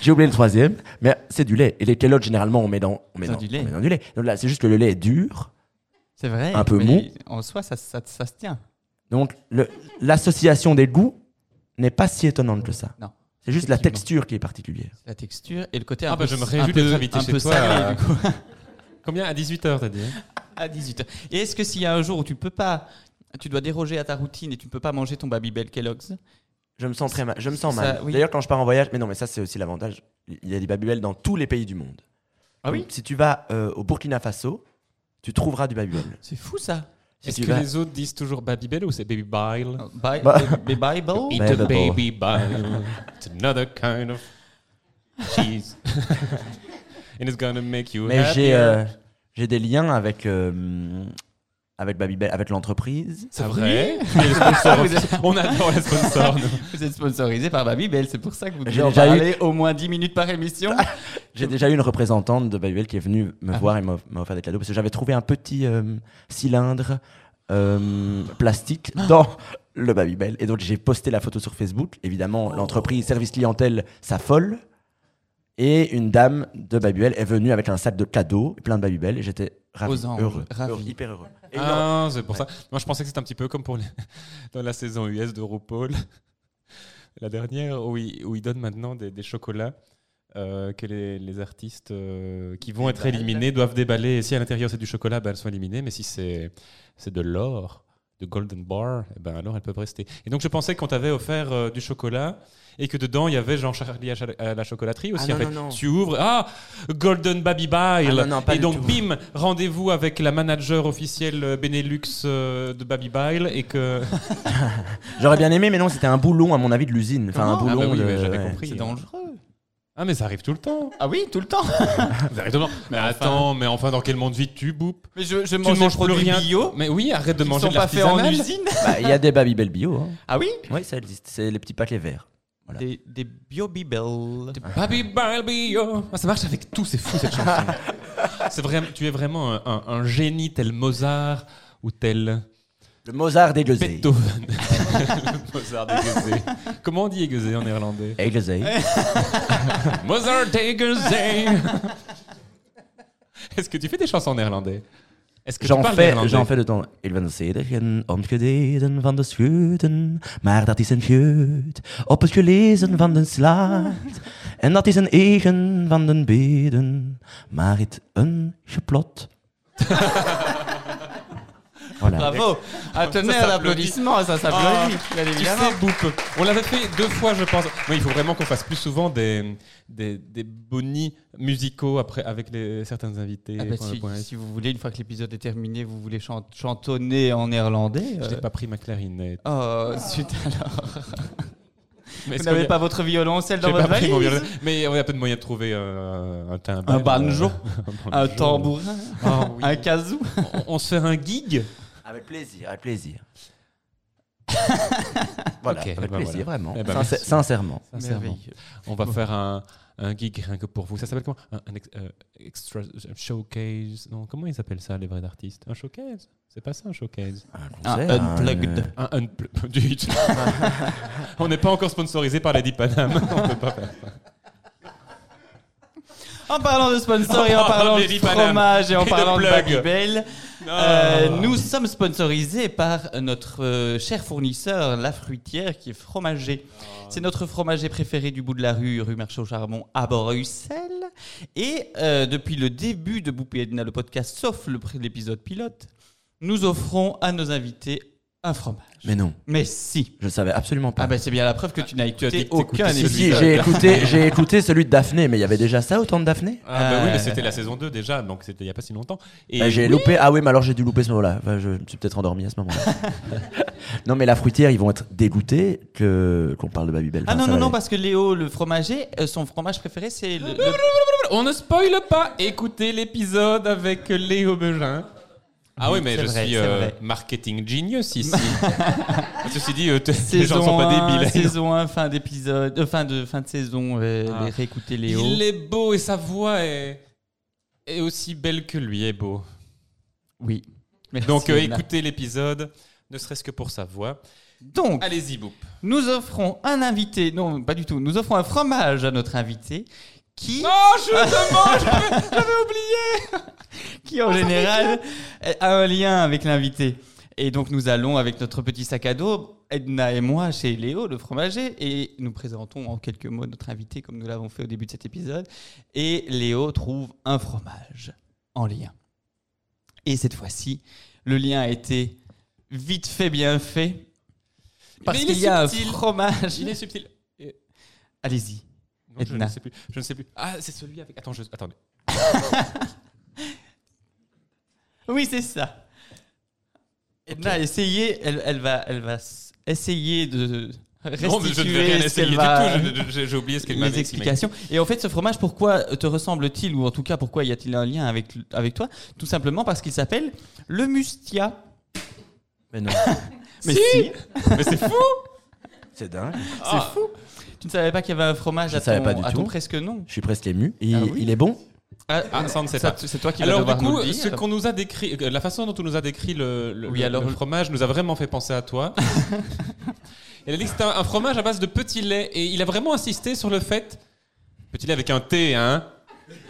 [SPEAKER 4] J'ai oublié le troisième, mais c'est du lait. Et les Kellogg's, généralement, on met dans, on met
[SPEAKER 3] Dans
[SPEAKER 4] dans,
[SPEAKER 3] du lait.
[SPEAKER 4] on met dans du lait. Donc là, c'est juste que le lait est dur.
[SPEAKER 3] C'est vrai.
[SPEAKER 4] Un peu
[SPEAKER 3] mais
[SPEAKER 4] mou.
[SPEAKER 3] En soi, ça, ça- ça se tient.
[SPEAKER 4] Donc le- l'association des goûts n'est pas si étonnante que ça.
[SPEAKER 3] Non.
[SPEAKER 4] C'est juste la
[SPEAKER 3] Effectivement.
[SPEAKER 4] texture qui est particulière.
[SPEAKER 3] La texture et le côté
[SPEAKER 2] Ah
[SPEAKER 3] un
[SPEAKER 2] bah,
[SPEAKER 3] peu,
[SPEAKER 2] je me
[SPEAKER 3] un
[SPEAKER 2] réjouis
[SPEAKER 3] peu-
[SPEAKER 2] d'être invité
[SPEAKER 3] un
[SPEAKER 2] chez
[SPEAKER 3] peu
[SPEAKER 2] toi.
[SPEAKER 3] salé, du coup,
[SPEAKER 2] Combien À 18h, t'as dit hein
[SPEAKER 3] à 18h. Et est-ce que s'il y a un jour où tu peux pas, tu dois déroger à ta routine et tu ne peux pas manger ton Babybel Kellogg's
[SPEAKER 4] Je me sens très mal. Je me sens
[SPEAKER 3] Ça,
[SPEAKER 4] mal.
[SPEAKER 3] oui.
[SPEAKER 4] D'ailleurs, quand je pars en voyage, mais non, mais ça c'est aussi l'avantage. Il y a des babybel dans tous les pays du monde.
[SPEAKER 3] Ah oui
[SPEAKER 4] Donc, Si tu vas euh, au Burkina Faso, tu trouveras du babybel.
[SPEAKER 3] C'est fou ça.
[SPEAKER 4] Si
[SPEAKER 2] Est-ce
[SPEAKER 4] tu
[SPEAKER 2] que
[SPEAKER 4] vas-
[SPEAKER 2] les autres disent toujours Babybel ou c'est Baby Bile
[SPEAKER 3] Bi-
[SPEAKER 4] Bah-
[SPEAKER 3] bi- Bible.
[SPEAKER 2] Eat
[SPEAKER 4] Babybel.
[SPEAKER 2] a baby bile. It's another kind of cheese. And it's gonna make you
[SPEAKER 4] Mais j'ai
[SPEAKER 2] happier.
[SPEAKER 4] euh, j'ai des liens avec euh, avec babybel, avec l'entreprise.
[SPEAKER 2] C'est
[SPEAKER 3] Ah
[SPEAKER 2] vrai Tu es le sponsor offici- Ah On adore les sponsors. nous.
[SPEAKER 3] Vous êtes sponsorisé par Babybel, c'est pour ça que vous devez
[SPEAKER 4] J'ai
[SPEAKER 3] en
[SPEAKER 4] déjà eu-
[SPEAKER 3] parler au moins 10 minutes par émission.
[SPEAKER 4] J'ai déjà eu une représentante de babybel qui est venue me
[SPEAKER 3] Ah.
[SPEAKER 4] voir et m'a m'a offert des cadeaux parce que j'avais trouvé un petit euh, cylindre euh, plastique dans le babybel et donc j'ai posté la photo sur Facebook. Évidemment, l'entreprise service clientèle s'affole. Et une dame de Babybel est venue avec un sac de cadeaux, plein de Babybel, et j'étais ravi,
[SPEAKER 3] Aux anges,
[SPEAKER 4] heureux,
[SPEAKER 3] ravi.
[SPEAKER 4] heureux, hyper heureux. Et non,
[SPEAKER 2] Ah, c'est pour
[SPEAKER 4] Ouais.
[SPEAKER 2] ça. Moi, je pensais que c'était un petit peu comme pour les- dans la saison US de RuPaul, la dernière, où ils où ils donnent maintenant des, des chocolats euh, que les, les artistes euh, qui vont être éliminés doivent déballer. Et si à l'intérieur c'est du chocolat, ben, elles sont éliminées. Mais si c'est c'est de l'or, de golden bar, eh ben, alors elles peuvent rester. Et donc, je pensais qu'on t'avait offert euh, du chocolat. Et que dedans, il y avait Jean Charlie à cha- à la chocolaterie aussi.
[SPEAKER 4] Ah,
[SPEAKER 2] en
[SPEAKER 4] non,
[SPEAKER 2] fait.
[SPEAKER 4] non, non.
[SPEAKER 2] Tu ouvres, ah, Golden Baby Bile.
[SPEAKER 4] Ah, non, non, pas
[SPEAKER 2] et
[SPEAKER 4] du
[SPEAKER 2] donc,
[SPEAKER 4] tout.
[SPEAKER 2] bim, rendez-vous avec la manager officielle euh, Benelux euh, de Baby Bile et que.
[SPEAKER 4] J'aurais bien aimé, mais non, c'était un boulon, à mon avis, de l'usine. Enfin, un
[SPEAKER 3] Comment Ah,
[SPEAKER 4] boulon.
[SPEAKER 2] bah oui,
[SPEAKER 4] de-
[SPEAKER 2] ouais, j'avais
[SPEAKER 4] ouais.
[SPEAKER 2] compris.
[SPEAKER 3] C'est dangereux.
[SPEAKER 2] Ah, mais ça arrive tout le temps.
[SPEAKER 3] Ah oui, tout le temps.
[SPEAKER 2] Ça arrive tout le temps. Mais attends, mais enfin, dans quel monde vis tu, Boop
[SPEAKER 3] Mais je, je
[SPEAKER 2] Tu ne
[SPEAKER 3] mange des
[SPEAKER 2] manges plus
[SPEAKER 3] produits
[SPEAKER 2] rien.
[SPEAKER 3] bio.
[SPEAKER 2] Mais oui, arrête de
[SPEAKER 3] qui
[SPEAKER 2] manger
[SPEAKER 3] sont
[SPEAKER 2] de
[SPEAKER 3] pas faits en
[SPEAKER 2] l'artisanal.
[SPEAKER 3] usine.
[SPEAKER 4] Bah, Il y a des Babybel bio. hein.
[SPEAKER 3] Ah oui
[SPEAKER 4] Oui, ça existe. C'est les petits paquets verts. Voilà.
[SPEAKER 3] Des, des bio-bibels.
[SPEAKER 2] Baby Bile Bio. Ah, ça marche avec tout, c'est fou cette chanson. c'est vraiment, tu es vraiment un, un- un génie tel Mozart ou tel
[SPEAKER 4] Le Mozart des gueusés.
[SPEAKER 2] Beethoven. Le Mozart dégueusé. Comment on dit aiguisé en néerlandais
[SPEAKER 4] Et gueusés.
[SPEAKER 2] Mother Taker's Day. Est-ce que tu fais des chansons en néerlandais Est-ce que
[SPEAKER 4] J'en
[SPEAKER 2] tu parles
[SPEAKER 4] fais,
[SPEAKER 2] néerlandais
[SPEAKER 4] j'en fais de temps. Il van de cederen, omgededen van de schuten. Maar dat is een geut, op het gelezen van de slaat. En dat is een eigen van de beden, maar het een geplot. voilà.
[SPEAKER 3] Bravo À tonnerre d'applaudissements, ça s'applaudit, bien
[SPEAKER 2] Tu
[SPEAKER 3] évidemment.
[SPEAKER 2] sais, Boop, on l'avait fait deux fois, je pense. Moi, il faut vraiment qu'on fasse plus souvent des, des, des bonis musicaux après, avec les, certains invités.
[SPEAKER 3] Ah bah,
[SPEAKER 2] Enfin, le
[SPEAKER 3] si,
[SPEAKER 2] point est-
[SPEAKER 3] si vous voulez, une fois que l'épisode est terminé, vous voulez chan- chantonner en néerlandais.
[SPEAKER 2] Je n'ai
[SPEAKER 3] euh,
[SPEAKER 2] pas pris ma clarinette.
[SPEAKER 3] Oh, zut alors.
[SPEAKER 2] Mais
[SPEAKER 3] Vous
[SPEAKER 2] est-ce
[SPEAKER 3] n'avez
[SPEAKER 2] qu'on-
[SPEAKER 3] pas votre violoncelle dans
[SPEAKER 2] j'ai pas
[SPEAKER 3] votre
[SPEAKER 2] pris
[SPEAKER 3] valise
[SPEAKER 2] mon violon. Mais on a peut-être moyen de trouver euh, un timbre.
[SPEAKER 3] Un banjo,
[SPEAKER 2] un
[SPEAKER 3] Un
[SPEAKER 2] banjo.
[SPEAKER 3] tambourin
[SPEAKER 2] Ah oui.
[SPEAKER 3] Un kazoo
[SPEAKER 2] On- On se fait un gig
[SPEAKER 4] Avec plaisir, avec plaisir. voilà,
[SPEAKER 2] Ok,
[SPEAKER 4] avec
[SPEAKER 2] eh ben
[SPEAKER 4] plaisir,
[SPEAKER 2] voilà.
[SPEAKER 4] vraiment.
[SPEAKER 2] Eh ben
[SPEAKER 4] Sincè-
[SPEAKER 2] merci.
[SPEAKER 4] sincèrement.
[SPEAKER 2] Sincèrement. On va faire un, un gig rien que pour vous. Ça s'appelle comment un, un ex- euh, extra un showcase Non, comment ils appellent ça les vrais artistes Un showcase C'est pas ça un showcase
[SPEAKER 4] Un
[SPEAKER 3] Un
[SPEAKER 4] concert, un,
[SPEAKER 3] unplugged.
[SPEAKER 4] euh,
[SPEAKER 2] Un unpl- Dites. On n'est pas encore sponsorisé par Lady Panam. On peut pas faire.
[SPEAKER 3] En parlant de sponsor et en
[SPEAKER 2] Oh,
[SPEAKER 3] parlant de
[SPEAKER 2] Lady Paname.
[SPEAKER 3] fromage et en
[SPEAKER 2] Et de
[SPEAKER 3] parlant de
[SPEAKER 2] plug.
[SPEAKER 3] Babybel, euh, nous sommes sponsorisés par notre euh, cher fournisseur, La Fruitière, qui est fromager. C'est notre fromager préféré du bout de la rue, rue Marché au Charbon, à Bruxelles. Et euh, depuis le début de Boupé Edna, le podcast, sauf le pré- l'épisode pilote, nous offrons à nos invités un fromage.
[SPEAKER 4] Mais non,
[SPEAKER 3] Mais si
[SPEAKER 4] je ne savais absolument pas.
[SPEAKER 3] Ah ben c'est bien la preuve que tu n'as
[SPEAKER 2] tu as
[SPEAKER 3] écouté
[SPEAKER 2] dit
[SPEAKER 3] aucun
[SPEAKER 2] écouter
[SPEAKER 4] si, si,
[SPEAKER 3] épisode.
[SPEAKER 4] j'ai écouté, j'ai écouté celui de Daphné, mais il y avait déjà ça autant de Daphné
[SPEAKER 2] Ah bah oui,
[SPEAKER 3] Euh,
[SPEAKER 2] mais c'était la saison 2 déjà, donc c'était il n'y a pas si longtemps. Et
[SPEAKER 4] Bah, j'ai loupé. Ah oui, mais alors j'ai dû louper ce moment-là. Enfin, je me suis peut-être endormi à ce moment-là. non, mais la fruitière, ils vont être dégoûtés que qu'on parle de Babybel.
[SPEAKER 3] Ah
[SPEAKER 4] Enfin,
[SPEAKER 3] non,
[SPEAKER 4] ça
[SPEAKER 3] non,
[SPEAKER 4] va
[SPEAKER 3] non,
[SPEAKER 4] aller.
[SPEAKER 3] parce que Léo, le fromager, euh, son fromage préféré, c'est le, le-
[SPEAKER 2] on ne spoile pas, écoutez l'épisode avec Léo Begin. Ah oui, mais
[SPEAKER 3] C'est
[SPEAKER 2] je
[SPEAKER 3] vrai,
[SPEAKER 2] suis
[SPEAKER 3] c'est
[SPEAKER 2] euh,
[SPEAKER 3] vrai.
[SPEAKER 2] marketing genius ici. Ceci dit, euh, t- les gens ne
[SPEAKER 3] saison,
[SPEAKER 2] sont pas
[SPEAKER 3] 1,
[SPEAKER 2] débiles.
[SPEAKER 3] saison 1, fin d'épisode, euh, fin de fin de saison, euh,
[SPEAKER 2] Ah.
[SPEAKER 3] les- réécoutez Léo.
[SPEAKER 2] Il est beau et sa voix est, est aussi belle que lui est beau.
[SPEAKER 3] Oui. Merci,
[SPEAKER 2] Donc euh,
[SPEAKER 3] Edna.
[SPEAKER 2] écoutez l'épisode, ne serait-ce que pour sa voix.
[SPEAKER 3] Donc,
[SPEAKER 2] Allez-y, Boop.
[SPEAKER 3] nous offrons un invité, non, pas du tout, nous offrons un fromage à notre invité qui,
[SPEAKER 2] Oh, je demande, j'avais oublié.
[SPEAKER 3] qui en général euh, a un lien avec l'invité. Et donc, nous allons avec notre petit sac à dos, Edna et moi, chez Léo, le fromager, et nous présentons en quelques mots notre invité, comme nous l'avons fait au début de cet épisode. Et Léo trouve un fromage en lien. Et cette fois-ci, le lien a été vite fait, bien fait. Parce
[SPEAKER 2] Mais il est
[SPEAKER 3] qu'il y a un
[SPEAKER 2] subtil.
[SPEAKER 3] fromage.
[SPEAKER 2] Il est subtil.
[SPEAKER 3] Allez-y.
[SPEAKER 2] Non, je
[SPEAKER 3] Edna.
[SPEAKER 2] ne sais plus. Je ne sais plus. Ah, c'est celui avec. Attends, je... attendez.
[SPEAKER 3] Oui, c'est ça. Edna a essayé, elle, elle va, elle va s- essayer de restituer
[SPEAKER 2] Non, mais je ne vais rien
[SPEAKER 3] ce
[SPEAKER 2] essayer
[SPEAKER 3] qu'elle
[SPEAKER 2] du
[SPEAKER 3] va-
[SPEAKER 2] tout. je- je- J'ai oublié ce qu'elle m'avait
[SPEAKER 3] les explications. Et en fait, ce fromage, pourquoi te ressemble-t-il, ou en tout cas, pourquoi y a-t-il un lien avec, avec toi Tout simplement parce qu'il s'appelle le mustia. bah-
[SPEAKER 4] Mais non,
[SPEAKER 3] Mais
[SPEAKER 2] Si.
[SPEAKER 3] si,
[SPEAKER 2] expliqué. Mais c'est fou
[SPEAKER 4] c'est dingue.
[SPEAKER 2] Ah.
[SPEAKER 3] tu ne savais pas qu'il y avait un fromage
[SPEAKER 4] Je
[SPEAKER 3] à
[SPEAKER 4] savais
[SPEAKER 3] ton,
[SPEAKER 4] pas du
[SPEAKER 3] à ton
[SPEAKER 4] tout.
[SPEAKER 3] presque nom.
[SPEAKER 4] Je suis presque ému. Il,
[SPEAKER 3] Ah oui
[SPEAKER 4] il est bon.
[SPEAKER 2] Ah, ça, on ne sait
[SPEAKER 3] ça,
[SPEAKER 2] pas.
[SPEAKER 3] C'est toi qui
[SPEAKER 2] Alors
[SPEAKER 3] vas
[SPEAKER 2] du
[SPEAKER 3] devoir nous
[SPEAKER 2] coup,
[SPEAKER 3] le dire.
[SPEAKER 2] ce qu'on nous a décrit, euh, la façon dont on nous a décrit le, le-
[SPEAKER 3] Oui,
[SPEAKER 2] le-
[SPEAKER 3] alors-
[SPEAKER 2] le fromage nous a vraiment fait penser à toi. Elle a dit que c'était un, un fromage à base de petit lait et il a vraiment insisté sur le fait, petit lait avec un T, hein.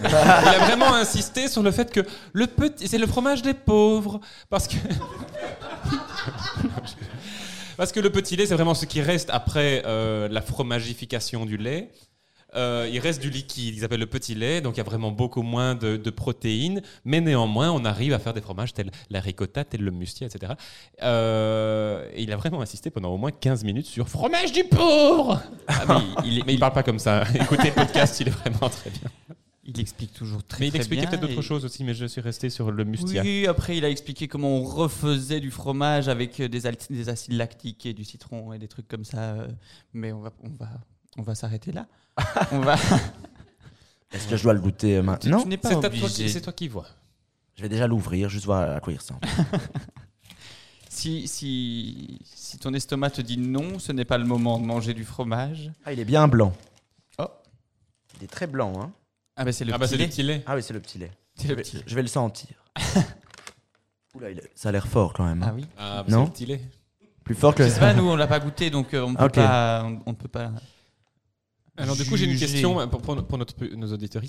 [SPEAKER 2] il a vraiment insisté sur le fait que le petit, c'est le fromage des pauvres parce que. Parce que le petit lait, c'est vraiment ce qui reste après euh, la fromagification du lait. Euh, il reste du liquide, ils appellent le petit lait, donc il y a vraiment beaucoup moins de, de protéines, mais néanmoins, on arrive à faire des fromages tels la ricotta, tel le mustier, etc. Euh, et il a vraiment insisté pendant au moins 15 minutes sur fromage du pauvre Ah, mais, il, parle pas comme ça. Écoutez le podcast, il est vraiment très bien.
[SPEAKER 3] Il explique toujours très
[SPEAKER 2] Mais il
[SPEAKER 3] très
[SPEAKER 2] expliquait
[SPEAKER 3] bien
[SPEAKER 2] peut-être d'autres
[SPEAKER 3] et-
[SPEAKER 2] choses aussi, mais je suis resté sur le mustia.
[SPEAKER 3] Oui, après il a expliqué comment on refaisait du fromage avec euh, des, al- des acides lactiques et du citron et des trucs comme ça. euh, Mais on va, on va, on va s'arrêter là. on va.
[SPEAKER 4] Est-ce que je dois le goûter euh,
[SPEAKER 3] Tu,
[SPEAKER 4] maintenant
[SPEAKER 3] tu n'es pas
[SPEAKER 2] C'est à toi, qui-
[SPEAKER 3] obligé.
[SPEAKER 2] c'est toi qui vois.
[SPEAKER 4] Je vais déjà l'ouvrir, juste voir à quoi il ressemble.
[SPEAKER 3] Si, si, si ton estomac te dit non, ce n'est pas le moment de manger du fromage.
[SPEAKER 4] Ah, il est bien blanc.
[SPEAKER 3] Oh.
[SPEAKER 4] Il est très blanc, hein.
[SPEAKER 3] Ah bah c'est le
[SPEAKER 2] ah bah
[SPEAKER 3] petit
[SPEAKER 2] c'est le
[SPEAKER 3] lait.
[SPEAKER 2] petit lait.
[SPEAKER 4] Ah oui, c'est le petit lait.
[SPEAKER 3] C'est
[SPEAKER 4] Je
[SPEAKER 3] le
[SPEAKER 4] vais,
[SPEAKER 3] petit lait.
[SPEAKER 4] je vais le sentir. Oula, il est- ça a l'air fort quand même. hein.
[SPEAKER 3] Ah oui.
[SPEAKER 2] Ah, bah,
[SPEAKER 4] Non.
[SPEAKER 2] c'est le petit lait.
[SPEAKER 4] Plus fort que.
[SPEAKER 3] Je sais pas, nous on l'a pas goûté donc euh, on peut
[SPEAKER 4] Ok.
[SPEAKER 3] pas, on, on peut pas.
[SPEAKER 2] Alors, du coup, j'ai une
[SPEAKER 3] juger.
[SPEAKER 2] question euh, pour, pour- pour notre, nos auditeurs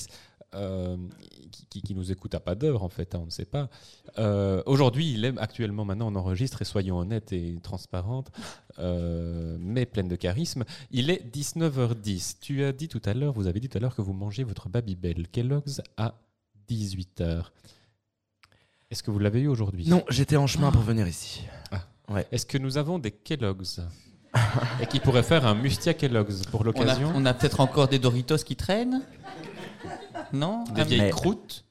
[SPEAKER 2] qui, qui- qui nous écoutent à pas d'heure, en fait, hein, on ne sait pas. Euh, Aujourd'hui, il est actuellement, maintenant, on enregistre, et soyons honnêtes et transparentes, euh, mais pleine de charisme. Il est 19h10. Tu as dit tout à l'heure, vous avez dit tout à l'heure que vous mangez votre Babybel Kellogg's à 18h. Est-ce que vous l'avez eu aujourd'hui
[SPEAKER 4] Non, j'étais en chemin pour venir ici.
[SPEAKER 2] Est-ce que nous avons des Kellogg's Et qui pourrait faire un Mustia Kellogg's pour
[SPEAKER 3] On a,
[SPEAKER 2] l'occasion
[SPEAKER 3] on a peut-être encore des Doritos qui traînent Non
[SPEAKER 2] Des
[SPEAKER 3] Un-
[SPEAKER 2] vieilles
[SPEAKER 4] Mais-
[SPEAKER 2] croûtes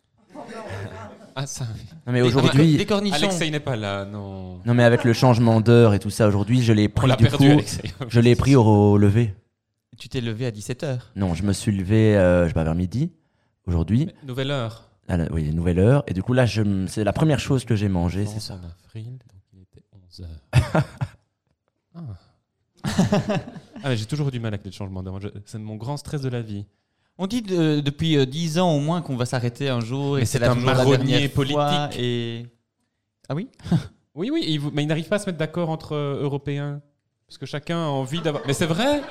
[SPEAKER 2] Ah ça.
[SPEAKER 4] Non, mais
[SPEAKER 3] des-
[SPEAKER 4] aujourd'hui.
[SPEAKER 3] Des cornichons.
[SPEAKER 2] Alexei n'est pas là, non.
[SPEAKER 4] Non, mais avec le changement d'heure et tout ça, aujourd'hui, je l'ai
[SPEAKER 2] On
[SPEAKER 4] pris
[SPEAKER 2] l'a
[SPEAKER 4] du
[SPEAKER 2] perdu,
[SPEAKER 4] coup.
[SPEAKER 2] Alexei.
[SPEAKER 4] Je l'ai pris au, au lever.
[SPEAKER 3] Tu t'es levé à 17h.
[SPEAKER 4] Non, je me suis levé, euh, je sais pas, vers midi, aujourd'hui.
[SPEAKER 2] Nouvelle heure.
[SPEAKER 4] À la- Oui, nouvelle heure. Et du coup, là, je m- c'est la première chose que j'ai mangée. c'est
[SPEAKER 2] 11
[SPEAKER 4] ça.
[SPEAKER 2] en avril, donc il était 11h. ah. Ah, mais j'ai toujours du mal avec les changements d'heure. Je- C'est mon grand stress de la vie.
[SPEAKER 3] On dit de- depuis euh, 10 ans au moins qu'on va s'arrêter un jour.
[SPEAKER 2] Mais
[SPEAKER 3] et
[SPEAKER 2] c'est
[SPEAKER 3] la-
[SPEAKER 2] un
[SPEAKER 3] toujours la
[SPEAKER 2] marronnier
[SPEAKER 3] dernière fois
[SPEAKER 2] politique.
[SPEAKER 3] Et... Ah oui
[SPEAKER 2] Oui, oui, il vous- mais ils n'arrivent pas à se mettre d'accord entre euh, Européens. Parce que chacun a envie d'avoir... Mais c'est vrai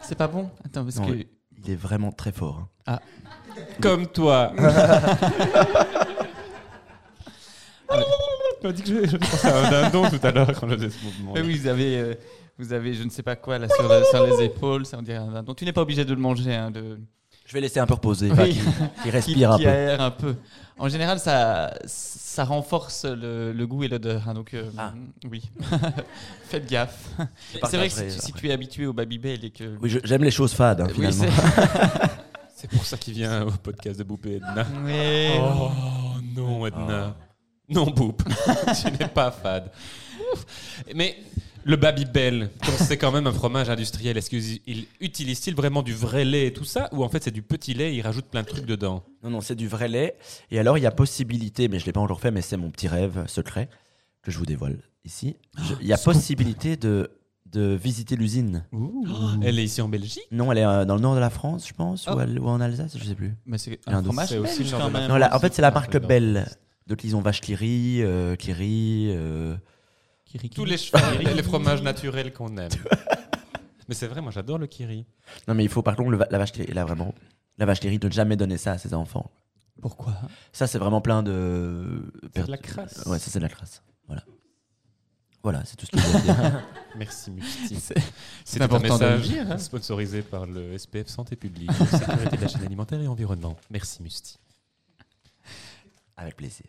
[SPEAKER 3] C'est pas bon Attends, parce
[SPEAKER 4] Non,
[SPEAKER 3] que...
[SPEAKER 4] oui. Il est vraiment très fort. hein.
[SPEAKER 2] Comme toi. Tu m'as dit que je, je pensais à un dindon tout à l'heure quand je faisais ce mouvement.
[SPEAKER 3] Ah oui, vous avez, euh, vous avez je ne sais pas quoi là sur, le- sur les épaules. Ça, on dirait un... Donc tu n'es pas obligé de le manger. hein, de...
[SPEAKER 4] Je vais laisser un peu reposer,
[SPEAKER 3] Oui.
[SPEAKER 4] enfin, qu'il qu'il
[SPEAKER 3] qui,
[SPEAKER 4] respire un
[SPEAKER 3] qui
[SPEAKER 4] peu.
[SPEAKER 3] aère un peu. En général, ça, ça renforce le, le goût et l'odeur. hein, donc, euh,
[SPEAKER 4] Ah.
[SPEAKER 3] oui, faites gaffe. C'est vrai que si, tu-
[SPEAKER 4] partagerai
[SPEAKER 3] si
[SPEAKER 4] après.
[SPEAKER 3] tu es habitué au Babybel et que.
[SPEAKER 4] Oui, je- j'aime les choses fades, hein,
[SPEAKER 3] Oui,
[SPEAKER 4] finalement.
[SPEAKER 3] c'est-
[SPEAKER 2] C'est pour ça qu'il vient au podcast de Boop et Edna.
[SPEAKER 3] Ouais.
[SPEAKER 2] Oh Ah. non, Edna. Non, Boop. tu n'es pas fade. Ouf. Mais le Babybel, comme c'est quand même un fromage industriel, est-ce qu'il utilise-t-il vraiment du vrai lait et tout ça Ou en fait, c'est du petit lait et il rajoute plein de trucs dedans
[SPEAKER 4] Non, non, c'est du vrai lait. Et alors, il y a possibilité, mais je ne l'ai pas encore fait, mais c'est mon petit rêve secret que je vous dévoile ici. Je- Il y a possibilité de, de visiter l'usine.
[SPEAKER 2] Elle est ici en Belgique
[SPEAKER 4] Non, elle est euh, dans le nord de la France, je pense,
[SPEAKER 3] Oh.
[SPEAKER 4] ou, elle- ou en Alsace, je ne sais plus.
[SPEAKER 3] Mais c'est
[SPEAKER 4] Il y a
[SPEAKER 3] un
[SPEAKER 4] un
[SPEAKER 3] fromage
[SPEAKER 2] doute. C'est aussi
[SPEAKER 3] belge
[SPEAKER 2] le
[SPEAKER 3] quand
[SPEAKER 2] nord de la
[SPEAKER 3] même.
[SPEAKER 4] Non, la- en fait, c'est la
[SPEAKER 2] c'est un peu
[SPEAKER 4] marque
[SPEAKER 2] dans-
[SPEAKER 4] Belle. Donc, ils ont Vache Cléry, euh, Cléry. euh,
[SPEAKER 3] Kiri, kiri.
[SPEAKER 2] Tous les chevaux, les fromages naturels qu'on aime. Mais c'est vrai, moi j'adore le kiri.
[SPEAKER 4] Non, mais il faut par contre, le va- la Vache Cléry, là, vraiment, la Vache Cléry, ne jamais donner ça à ses enfants.
[SPEAKER 3] Pourquoi
[SPEAKER 4] Ça, c'est vraiment plein de.
[SPEAKER 2] C'est de la crasse.
[SPEAKER 4] Ouais, ça, c'est de la crasse. Voilà. Voilà, c'est tout ce que je voulais dire.
[SPEAKER 2] Merci Musti.
[SPEAKER 3] C'est-
[SPEAKER 2] C'est un
[SPEAKER 3] important de le
[SPEAKER 2] message
[SPEAKER 3] dire, hein.
[SPEAKER 2] sponsorisé par le SPF Santé Publique, Sécurité de la chaîne alimentaire et environnement. Merci Musti.
[SPEAKER 4] Avec plaisir.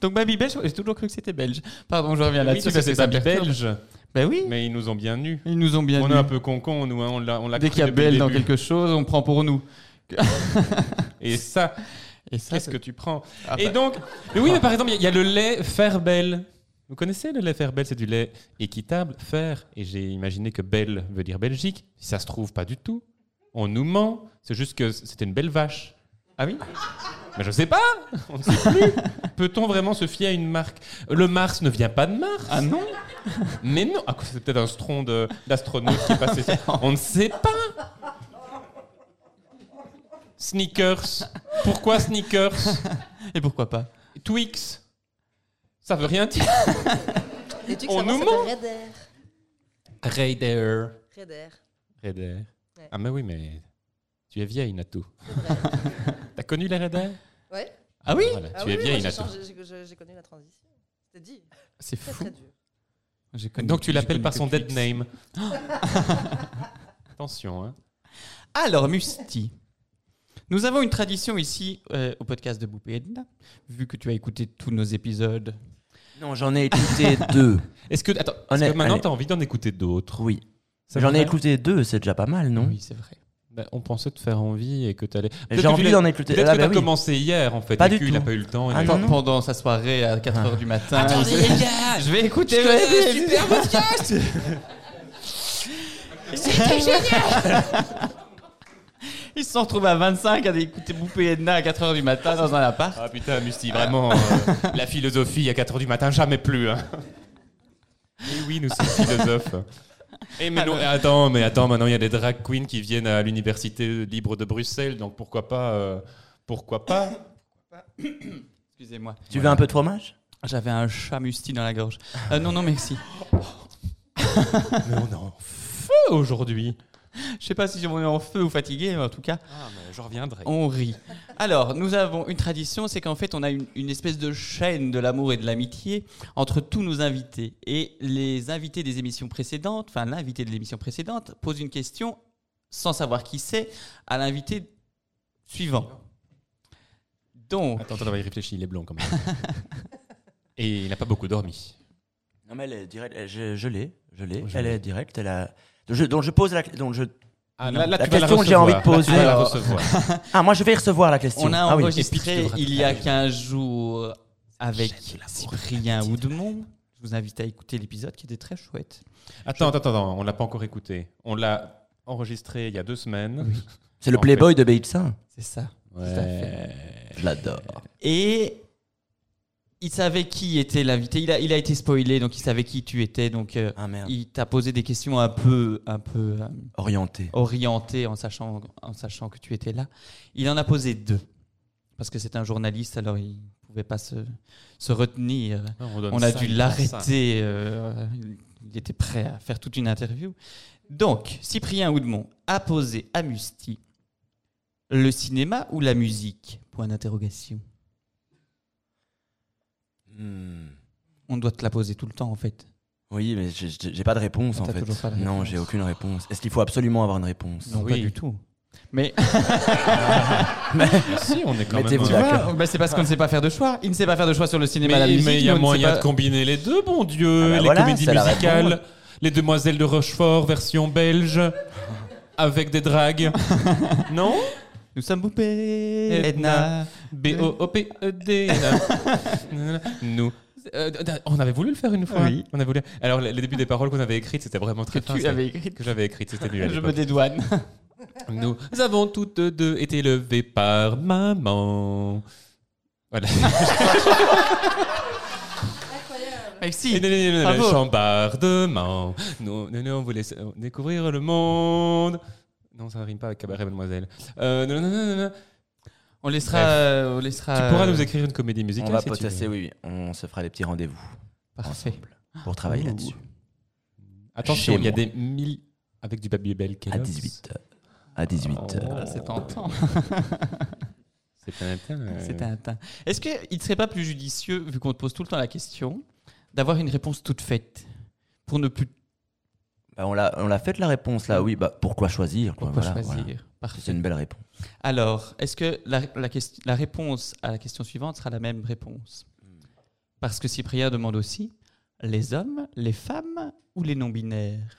[SPEAKER 3] Donc, Babybel, j'ai toujours cru que c'était belge. Pardon, je reviens là-dessus.
[SPEAKER 2] Oui,
[SPEAKER 3] parce
[SPEAKER 2] parce que
[SPEAKER 3] ça
[SPEAKER 2] c'est
[SPEAKER 3] me perturbe.
[SPEAKER 2] belge,
[SPEAKER 3] Ben oui,
[SPEAKER 2] mais ils nous ont bien nus.
[SPEAKER 3] ils nous ont bien
[SPEAKER 2] on
[SPEAKER 3] dit.
[SPEAKER 2] est un peu concon, nous, hein, on l'a, on l'a
[SPEAKER 3] Dès
[SPEAKER 2] cru
[SPEAKER 3] qu'il y a
[SPEAKER 2] depuis le
[SPEAKER 3] Belle dans
[SPEAKER 2] début.
[SPEAKER 3] quelque chose, on prend pour nous.
[SPEAKER 2] Et ça,
[SPEAKER 3] Et ça,
[SPEAKER 2] qu'est-ce
[SPEAKER 3] c'est-
[SPEAKER 2] que tu prends
[SPEAKER 3] Ah
[SPEAKER 2] Et
[SPEAKER 3] bah.
[SPEAKER 2] donc, mais oui, mais par exemple, il y a- il y, a le lait Fairbel. Vous connaissez le lait Fairbel C'est du lait équitable, fair. Et j'ai imaginé que Bel veut dire Belgique. Si ça se trouve, pas du tout. On nous ment. C'est juste que c'était une belle vache.
[SPEAKER 3] Ah oui
[SPEAKER 2] Mais je sais pas. On ne sait plus. Peut-on vraiment se fier à une marque Le Mars ne vient pas de Mars.
[SPEAKER 3] Ah non
[SPEAKER 2] Mais non. Ah, c'est peut-être un stron de- d'astronaute qui est passé. On ne sait pas. Sneakers. Pourquoi sneakers
[SPEAKER 3] Et pourquoi pas
[SPEAKER 2] Twix. Ça veut rien dire.
[SPEAKER 1] Et tu que
[SPEAKER 2] On
[SPEAKER 1] ça
[SPEAKER 2] nous
[SPEAKER 1] va,
[SPEAKER 2] ment.
[SPEAKER 1] s'appelle Red Air.
[SPEAKER 2] Raider.
[SPEAKER 1] Red Air.
[SPEAKER 2] Raider.
[SPEAKER 1] Ouais.
[SPEAKER 2] Ah mais oui, mais tu es vieille, Nato. T'as connu les Raider
[SPEAKER 1] Ouais.
[SPEAKER 3] Ah oui
[SPEAKER 2] Voilà,
[SPEAKER 1] Ah
[SPEAKER 2] Tu
[SPEAKER 1] oui,
[SPEAKER 2] es
[SPEAKER 1] oui,
[SPEAKER 2] vieille,
[SPEAKER 1] moi, j'ai
[SPEAKER 2] Nato.
[SPEAKER 1] changé, j'ai- j'ai- J'ai connu la transition. C'était dit.
[SPEAKER 3] C'est
[SPEAKER 1] Très
[SPEAKER 3] fou.
[SPEAKER 1] très dur.
[SPEAKER 3] J'ai connu-
[SPEAKER 2] Donc tu
[SPEAKER 3] j'ai
[SPEAKER 2] l'appelles
[SPEAKER 3] connu
[SPEAKER 2] par
[SPEAKER 3] que
[SPEAKER 2] son dead
[SPEAKER 3] Twix.
[SPEAKER 2] name. Attention, hein.
[SPEAKER 3] Alors, Musti, nous avons une tradition ici euh, au podcast de Boupé Edna, vu que tu as écouté tous nos épisodes.
[SPEAKER 4] Non, j'en ai écouté deux.
[SPEAKER 2] Est-ce que, attends, est-ce
[SPEAKER 4] Honnête-
[SPEAKER 2] que maintenant
[SPEAKER 4] allez.
[SPEAKER 2] t'as envie d'en écouter d'autres
[SPEAKER 4] Oui.
[SPEAKER 2] C'est
[SPEAKER 4] J'en ai
[SPEAKER 2] vrai
[SPEAKER 4] écouté deux, c'est déjà pas mal, non
[SPEAKER 3] Oui, c'est vrai.
[SPEAKER 2] Ben, On pensait te faire envie et que t'allais. Peut-être que
[SPEAKER 4] J'ai
[SPEAKER 2] tu
[SPEAKER 4] envie
[SPEAKER 2] l'as-
[SPEAKER 4] d'en écouter.
[SPEAKER 2] Peut-être
[SPEAKER 4] Ah,
[SPEAKER 2] que
[SPEAKER 4] bah
[SPEAKER 2] t'as
[SPEAKER 4] oui.
[SPEAKER 2] commencé hier en fait.
[SPEAKER 4] Pas
[SPEAKER 2] et
[SPEAKER 4] du
[SPEAKER 2] qu'il
[SPEAKER 4] tout.
[SPEAKER 2] a pas eu le temps. il
[SPEAKER 4] Ah
[SPEAKER 2] a-
[SPEAKER 4] non,
[SPEAKER 3] Pen-
[SPEAKER 4] non.
[SPEAKER 3] Pendant sa soirée à 4h du matin.
[SPEAKER 1] Attendez,
[SPEAKER 3] il-
[SPEAKER 1] les gars
[SPEAKER 3] je vais écouter
[SPEAKER 1] Je connais
[SPEAKER 3] le-
[SPEAKER 1] le super C'était génial
[SPEAKER 3] Ils se sont retrouvés à 25 à écouter Boupé Edna à 4h du matin dans un appart.
[SPEAKER 2] Ah putain, Musti, vraiment, euh, la philosophie à 4h du matin, jamais plus. Hein. Et oui, nous sommes philosophes. Et mais non, attends, mais attends, maintenant il y a des drag queens qui viennent à l'université libre de Bruxelles, donc pourquoi pas, euh, pourquoi pas
[SPEAKER 3] Excusez-moi.
[SPEAKER 4] Tu veux un peu de fromage
[SPEAKER 3] J'avais un chat Musti dans la gorge. Euh, non, non, merci.
[SPEAKER 2] Mais on est en feu aujourd'hui.
[SPEAKER 3] Je sais pas si on est en feu ou fatigué, mais en tout cas,
[SPEAKER 2] Ah, mais je reviendrai.
[SPEAKER 3] on rit. Alors, nous avons une tradition, c'est qu'en fait, on a une, une espèce de chaîne de l'amour et de l'amitié entre tous nos invités. Et les invités des émissions précédentes, enfin l'invité de l'émission précédente, pose une question, sans savoir qui c'est, à l'invité suivant. Donc,
[SPEAKER 2] Attends, attends, on va y réfléchir, il est blanc quand même. Et il n'a pas beaucoup dormi.
[SPEAKER 4] Non, mais elle est directe. elle- Je, je l'ai. Oh, Je l'ai.
[SPEAKER 2] Je
[SPEAKER 4] Elle
[SPEAKER 2] l'ai.
[SPEAKER 4] est directe. Elle a. Je, donc je pose la. Donc je.
[SPEAKER 2] Ah,
[SPEAKER 4] là, tu vas la recevoir. Là, tu vas la Ah, moi je vais recevoir la question.
[SPEAKER 3] on a
[SPEAKER 4] ah, oui.
[SPEAKER 2] Et puis, tu
[SPEAKER 3] enregistré
[SPEAKER 2] devras
[SPEAKER 3] il
[SPEAKER 2] te
[SPEAKER 3] y a
[SPEAKER 2] parler.
[SPEAKER 3] 15 jours avec
[SPEAKER 2] Chaîne de l'amour et de
[SPEAKER 3] Cyprien
[SPEAKER 2] l'amitié.
[SPEAKER 3] Oudemont. Je vous invite à écouter l'épisode qui était très chouette.
[SPEAKER 2] Attends, attends, attends, on l'a pas encore écouté. On l'a enregistré il y a deux semaines.
[SPEAKER 4] C'est le
[SPEAKER 2] en
[SPEAKER 4] Playboy de BX1.
[SPEAKER 3] C'est ça.
[SPEAKER 2] Ouais.
[SPEAKER 3] Tout à fait.
[SPEAKER 4] Je l'adore.
[SPEAKER 3] Et il savait qui était l'invité. Il a, il a été spoilé, donc il savait qui tu étais. Donc euh,
[SPEAKER 4] Ah merde.
[SPEAKER 3] il t'a posé des questions un peu, un peu euh,
[SPEAKER 4] Orienté.
[SPEAKER 3] orientées en sachant, en sachant que tu étais là. Il en a posé deux. Parce que c'est un journaliste, alors il pouvait pas se, se retenir.
[SPEAKER 2] On, donne
[SPEAKER 3] On a
[SPEAKER 2] ça,
[SPEAKER 3] dû
[SPEAKER 2] il prend ça.
[SPEAKER 3] l'arrêter. euh, il était prêt à faire toute une interview. Donc, Cyprien Oudemont a posé à Musti le cinéma ou la musique Point d'interrogation.
[SPEAKER 4] Hmm.
[SPEAKER 3] On doit te la poser tout le temps, en fait.
[SPEAKER 4] Oui, mais j'ai- j'ai j'ai pas de réponse
[SPEAKER 3] Ah,
[SPEAKER 4] en
[SPEAKER 3] t'as
[SPEAKER 4] fait.
[SPEAKER 3] toujours pas de
[SPEAKER 4] Non,
[SPEAKER 3] réponse.
[SPEAKER 4] j'ai aucune réponse. Est-ce qu'il faut absolument avoir une réponse
[SPEAKER 3] Non,
[SPEAKER 2] Ah Oui.
[SPEAKER 3] pas du tout. Mais
[SPEAKER 2] Mais Ah, si, on est quand même.
[SPEAKER 4] Mettez-vous
[SPEAKER 2] Tu
[SPEAKER 4] d'accord.
[SPEAKER 2] vois,
[SPEAKER 4] D'accord.
[SPEAKER 3] bah, c'est parce qu'on ne sait pas faire de choix. Il ne sait pas faire de choix sur le cinéma et la
[SPEAKER 2] Mais
[SPEAKER 3] musique.
[SPEAKER 2] mais il y a
[SPEAKER 3] nous, on ne sait
[SPEAKER 2] moyen
[SPEAKER 3] pas-
[SPEAKER 2] de combiner les deux, bon Dieu.
[SPEAKER 4] Ah bah
[SPEAKER 2] les
[SPEAKER 4] voilà,
[SPEAKER 2] comédies
[SPEAKER 4] c'est la
[SPEAKER 2] musicales,
[SPEAKER 4] réponse.
[SPEAKER 2] les demoiselles de Rochefort, version belge, avec des dragues. non
[SPEAKER 3] Nous sommes poupées, Edna.
[SPEAKER 2] B-O-O-P-E-D. E Nous. Euh, on avait voulu le faire une fois.
[SPEAKER 3] Oui.
[SPEAKER 2] On avait voulu... Alors, les, les débuts des paroles qu'on avait écrites, c'était vraiment
[SPEAKER 3] Que
[SPEAKER 2] très fin,
[SPEAKER 3] tu
[SPEAKER 2] ça.
[SPEAKER 3] avais écrit.
[SPEAKER 2] que j'avais écrites, c'était nul. à
[SPEAKER 3] Je me
[SPEAKER 2] l'époque.
[SPEAKER 3] dédouane.
[SPEAKER 2] Nous avons toutes deux été élevées par maman. Voilà.
[SPEAKER 1] Incroyable.
[SPEAKER 2] Et
[SPEAKER 3] Alexis,
[SPEAKER 2] nous, nous, nous,
[SPEAKER 3] bravo.
[SPEAKER 2] le chambardement. Nous, nous, nous, on voulait euh, découvrir le monde. Non, ça rime pas avec cabaret, mademoiselle. Euh, non, non, non, non, non.
[SPEAKER 3] on laissera.
[SPEAKER 2] Bref.
[SPEAKER 3] euh, on laissera
[SPEAKER 2] tu pourras
[SPEAKER 3] euh,
[SPEAKER 2] nous écrire une comédie musicale.
[SPEAKER 4] On va
[SPEAKER 2] si tu veux.
[SPEAKER 4] potasser, oui, oui. On se fera des petits rendez-vous
[SPEAKER 3] Parfait.
[SPEAKER 4] pour travailler
[SPEAKER 3] Ouh.
[SPEAKER 4] là-dessus.
[SPEAKER 2] Attention,
[SPEAKER 4] Chez
[SPEAKER 2] il y a
[SPEAKER 4] moi.
[SPEAKER 2] des mille avec du Babybel
[SPEAKER 4] À
[SPEAKER 2] Kellogg's.
[SPEAKER 4] 18. À 18.
[SPEAKER 2] Oh.
[SPEAKER 3] Ah, c'est tentant.
[SPEAKER 2] C'est un atteint, euh,
[SPEAKER 3] C'est un teint. Est-ce qu'il ne serait pas plus judicieux, vu qu'on te pose tout le temps la question, d'avoir une réponse toute faite Pour ne plus
[SPEAKER 4] Bah, on l'a on l'a fait de la réponse là, oui. Bah, pourquoi choisir quoi,
[SPEAKER 3] pourquoi
[SPEAKER 4] voilà,
[SPEAKER 3] choisir
[SPEAKER 4] voilà. C'est
[SPEAKER 3] Parfait.
[SPEAKER 4] une belle réponse.
[SPEAKER 3] Alors, est-ce que la, la ques- la réponse à la question suivante sera la même réponse
[SPEAKER 4] Hmm.
[SPEAKER 3] Parce que Cyprien demande aussi les hommes, les femmes ou les non-binaires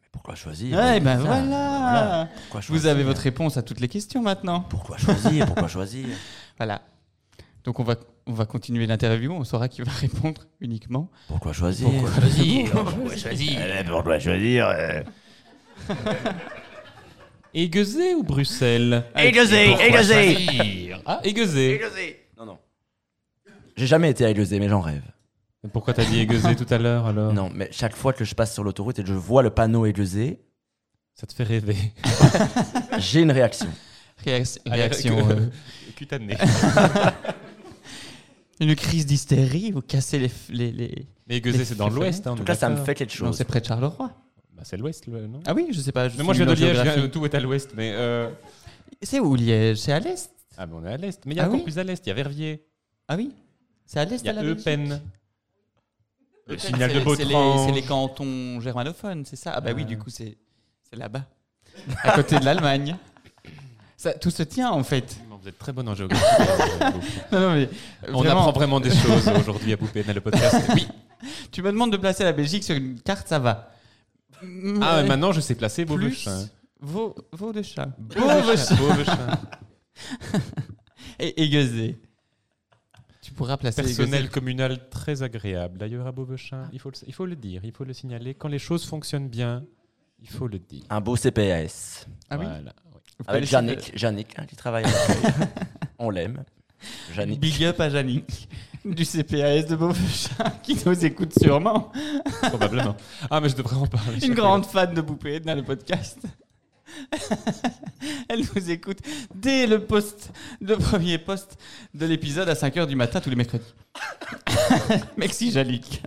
[SPEAKER 4] Mais pourquoi choisir
[SPEAKER 3] Ah,
[SPEAKER 4] Oui,
[SPEAKER 3] et ben
[SPEAKER 4] Eh ça,
[SPEAKER 3] voilà,
[SPEAKER 4] voilà. Pourquoi
[SPEAKER 3] Vous
[SPEAKER 4] choisir
[SPEAKER 3] avez votre réponse à toutes les questions maintenant.
[SPEAKER 4] Pourquoi choisir Pourquoi choisir
[SPEAKER 3] Voilà. Donc on va, on va continuer l'interview, on saura qui va répondre uniquement.
[SPEAKER 4] Pourquoi choisir Pourquoi
[SPEAKER 3] choisir
[SPEAKER 4] Pourquoi choisir Eh, Pourquoi choisir euh,
[SPEAKER 2] Aiguezé ou Bruxelles
[SPEAKER 4] Aiguezé, aiguezé.
[SPEAKER 2] choisir Ah, Aiguezé.
[SPEAKER 4] Non, non. J'ai jamais été à Élysée, mais j'en rêve.
[SPEAKER 2] Pourquoi t'as dit Aiguezé tout à l'heure alors
[SPEAKER 4] Non, mais chaque fois que je passe sur l'autoroute et que je vois le panneau Élysée,
[SPEAKER 2] Ça te fait rêver.
[SPEAKER 4] j'ai une réaction.
[SPEAKER 3] Réac- réaction.
[SPEAKER 2] Avec, euh,
[SPEAKER 3] euh,
[SPEAKER 2] Cutanée.
[SPEAKER 3] Une crise d'hystérie, vous cassez les. f- les, les-
[SPEAKER 2] Mais Aiguezé, c'est dans l'ouest. hein,
[SPEAKER 4] En
[SPEAKER 2] on
[SPEAKER 4] tout
[SPEAKER 2] est
[SPEAKER 4] cas, ça me
[SPEAKER 2] d'accord.
[SPEAKER 4] fait quelque
[SPEAKER 3] Non,
[SPEAKER 4] chose.
[SPEAKER 3] c'est près de Charleroi.
[SPEAKER 2] Bah, c'est l'ouest, le- non
[SPEAKER 3] Ah oui, je sais pas.
[SPEAKER 2] Mais moi, je viens de
[SPEAKER 3] suis nul en
[SPEAKER 2] Liège,
[SPEAKER 3] géographie.
[SPEAKER 2] je viens- tout est à l'ouest. Mais euh,
[SPEAKER 3] C'est où Liège C'est à l'est
[SPEAKER 2] ah, mais on est à l'est. Mais il y a
[SPEAKER 3] Ah
[SPEAKER 2] encore
[SPEAKER 3] oui
[SPEAKER 2] plus à l'est. Il y a Verviers.
[SPEAKER 3] Ah oui C'est à l'est
[SPEAKER 2] Il
[SPEAKER 3] de
[SPEAKER 2] y
[SPEAKER 3] la
[SPEAKER 2] a Eupen.
[SPEAKER 3] Belgique.
[SPEAKER 2] Le
[SPEAKER 3] Eupen,
[SPEAKER 2] signal
[SPEAKER 3] E c'est-
[SPEAKER 2] de
[SPEAKER 3] c'est les- C'est
[SPEAKER 2] Beautrange.
[SPEAKER 3] les cantons germanophones, c'est ça Ah bah oui,
[SPEAKER 2] Ouais.
[SPEAKER 3] du coup, c'est c'est là-bas. à côté de l'Allemagne. Ça, tout se tient en fait.
[SPEAKER 2] Vous êtes très bon en géographie.
[SPEAKER 3] Non, non, mais
[SPEAKER 2] on
[SPEAKER 3] vraiment,
[SPEAKER 2] apprend vraiment des choses aujourd'hui à Poupée dans le podcast. Oui.
[SPEAKER 3] Tu me demandes de placer la Belgique sur une carte, ça va.
[SPEAKER 2] Ah,
[SPEAKER 3] Mais
[SPEAKER 2] mais maintenant, je sais placer beau
[SPEAKER 3] plus vaut, vaut de chat.
[SPEAKER 2] Beauvechin.
[SPEAKER 3] Et aiguisé. Tu pourras placer
[SPEAKER 2] Personnel
[SPEAKER 3] aiguisé.
[SPEAKER 2] communal très agréable. D'ailleurs, à Beauvechin, il faut, le, il faut le dire, il faut le signaler. Quand les choses fonctionnent bien, il faut le dire.
[SPEAKER 4] Un beau CPAS.
[SPEAKER 3] Ah oui
[SPEAKER 2] Voilà, oui.
[SPEAKER 3] Vous pouvez
[SPEAKER 4] Avec
[SPEAKER 3] aller chez le-
[SPEAKER 4] Yannick, Yannick hein, qui travaille avec On l'aime. Yannick.
[SPEAKER 3] Big up à Yannick du CPAS de Beaufechin qui nous écoute sûrement.
[SPEAKER 2] Probablement. Ah, mais je devrais en parler.
[SPEAKER 3] Une grande fan de Poupée Edna, le podcast. Elle nous écoute dès le post, le premier post de l'épisode à 5h du matin tous les mercredis. Merci Yannick.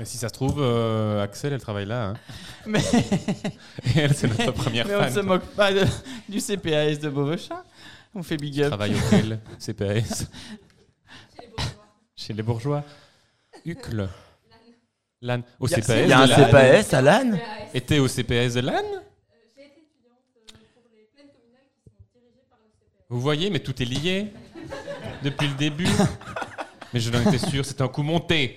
[SPEAKER 2] Mais si ça se trouve, euh, Axel, elle travaille là. hein.
[SPEAKER 3] Mais,
[SPEAKER 2] Et elle, c'est notre première
[SPEAKER 3] mais on ne
[SPEAKER 2] fan.
[SPEAKER 3] se moque pas de- du CPAS de Beauvechin. On fait big up.
[SPEAKER 2] Travaille au Pell, CPAS. Chez les bourgeois. Hucle. L'âne. Au
[SPEAKER 3] Y a-
[SPEAKER 2] CPAS.
[SPEAKER 4] Il y a un
[SPEAKER 2] de Lannes.
[SPEAKER 4] CPAS à l'âne
[SPEAKER 2] Et t'es au CPAS de l'âne Vous voyez, mais tout est lié depuis le début. Mais je n'en étais sûr, c'était un coup monté.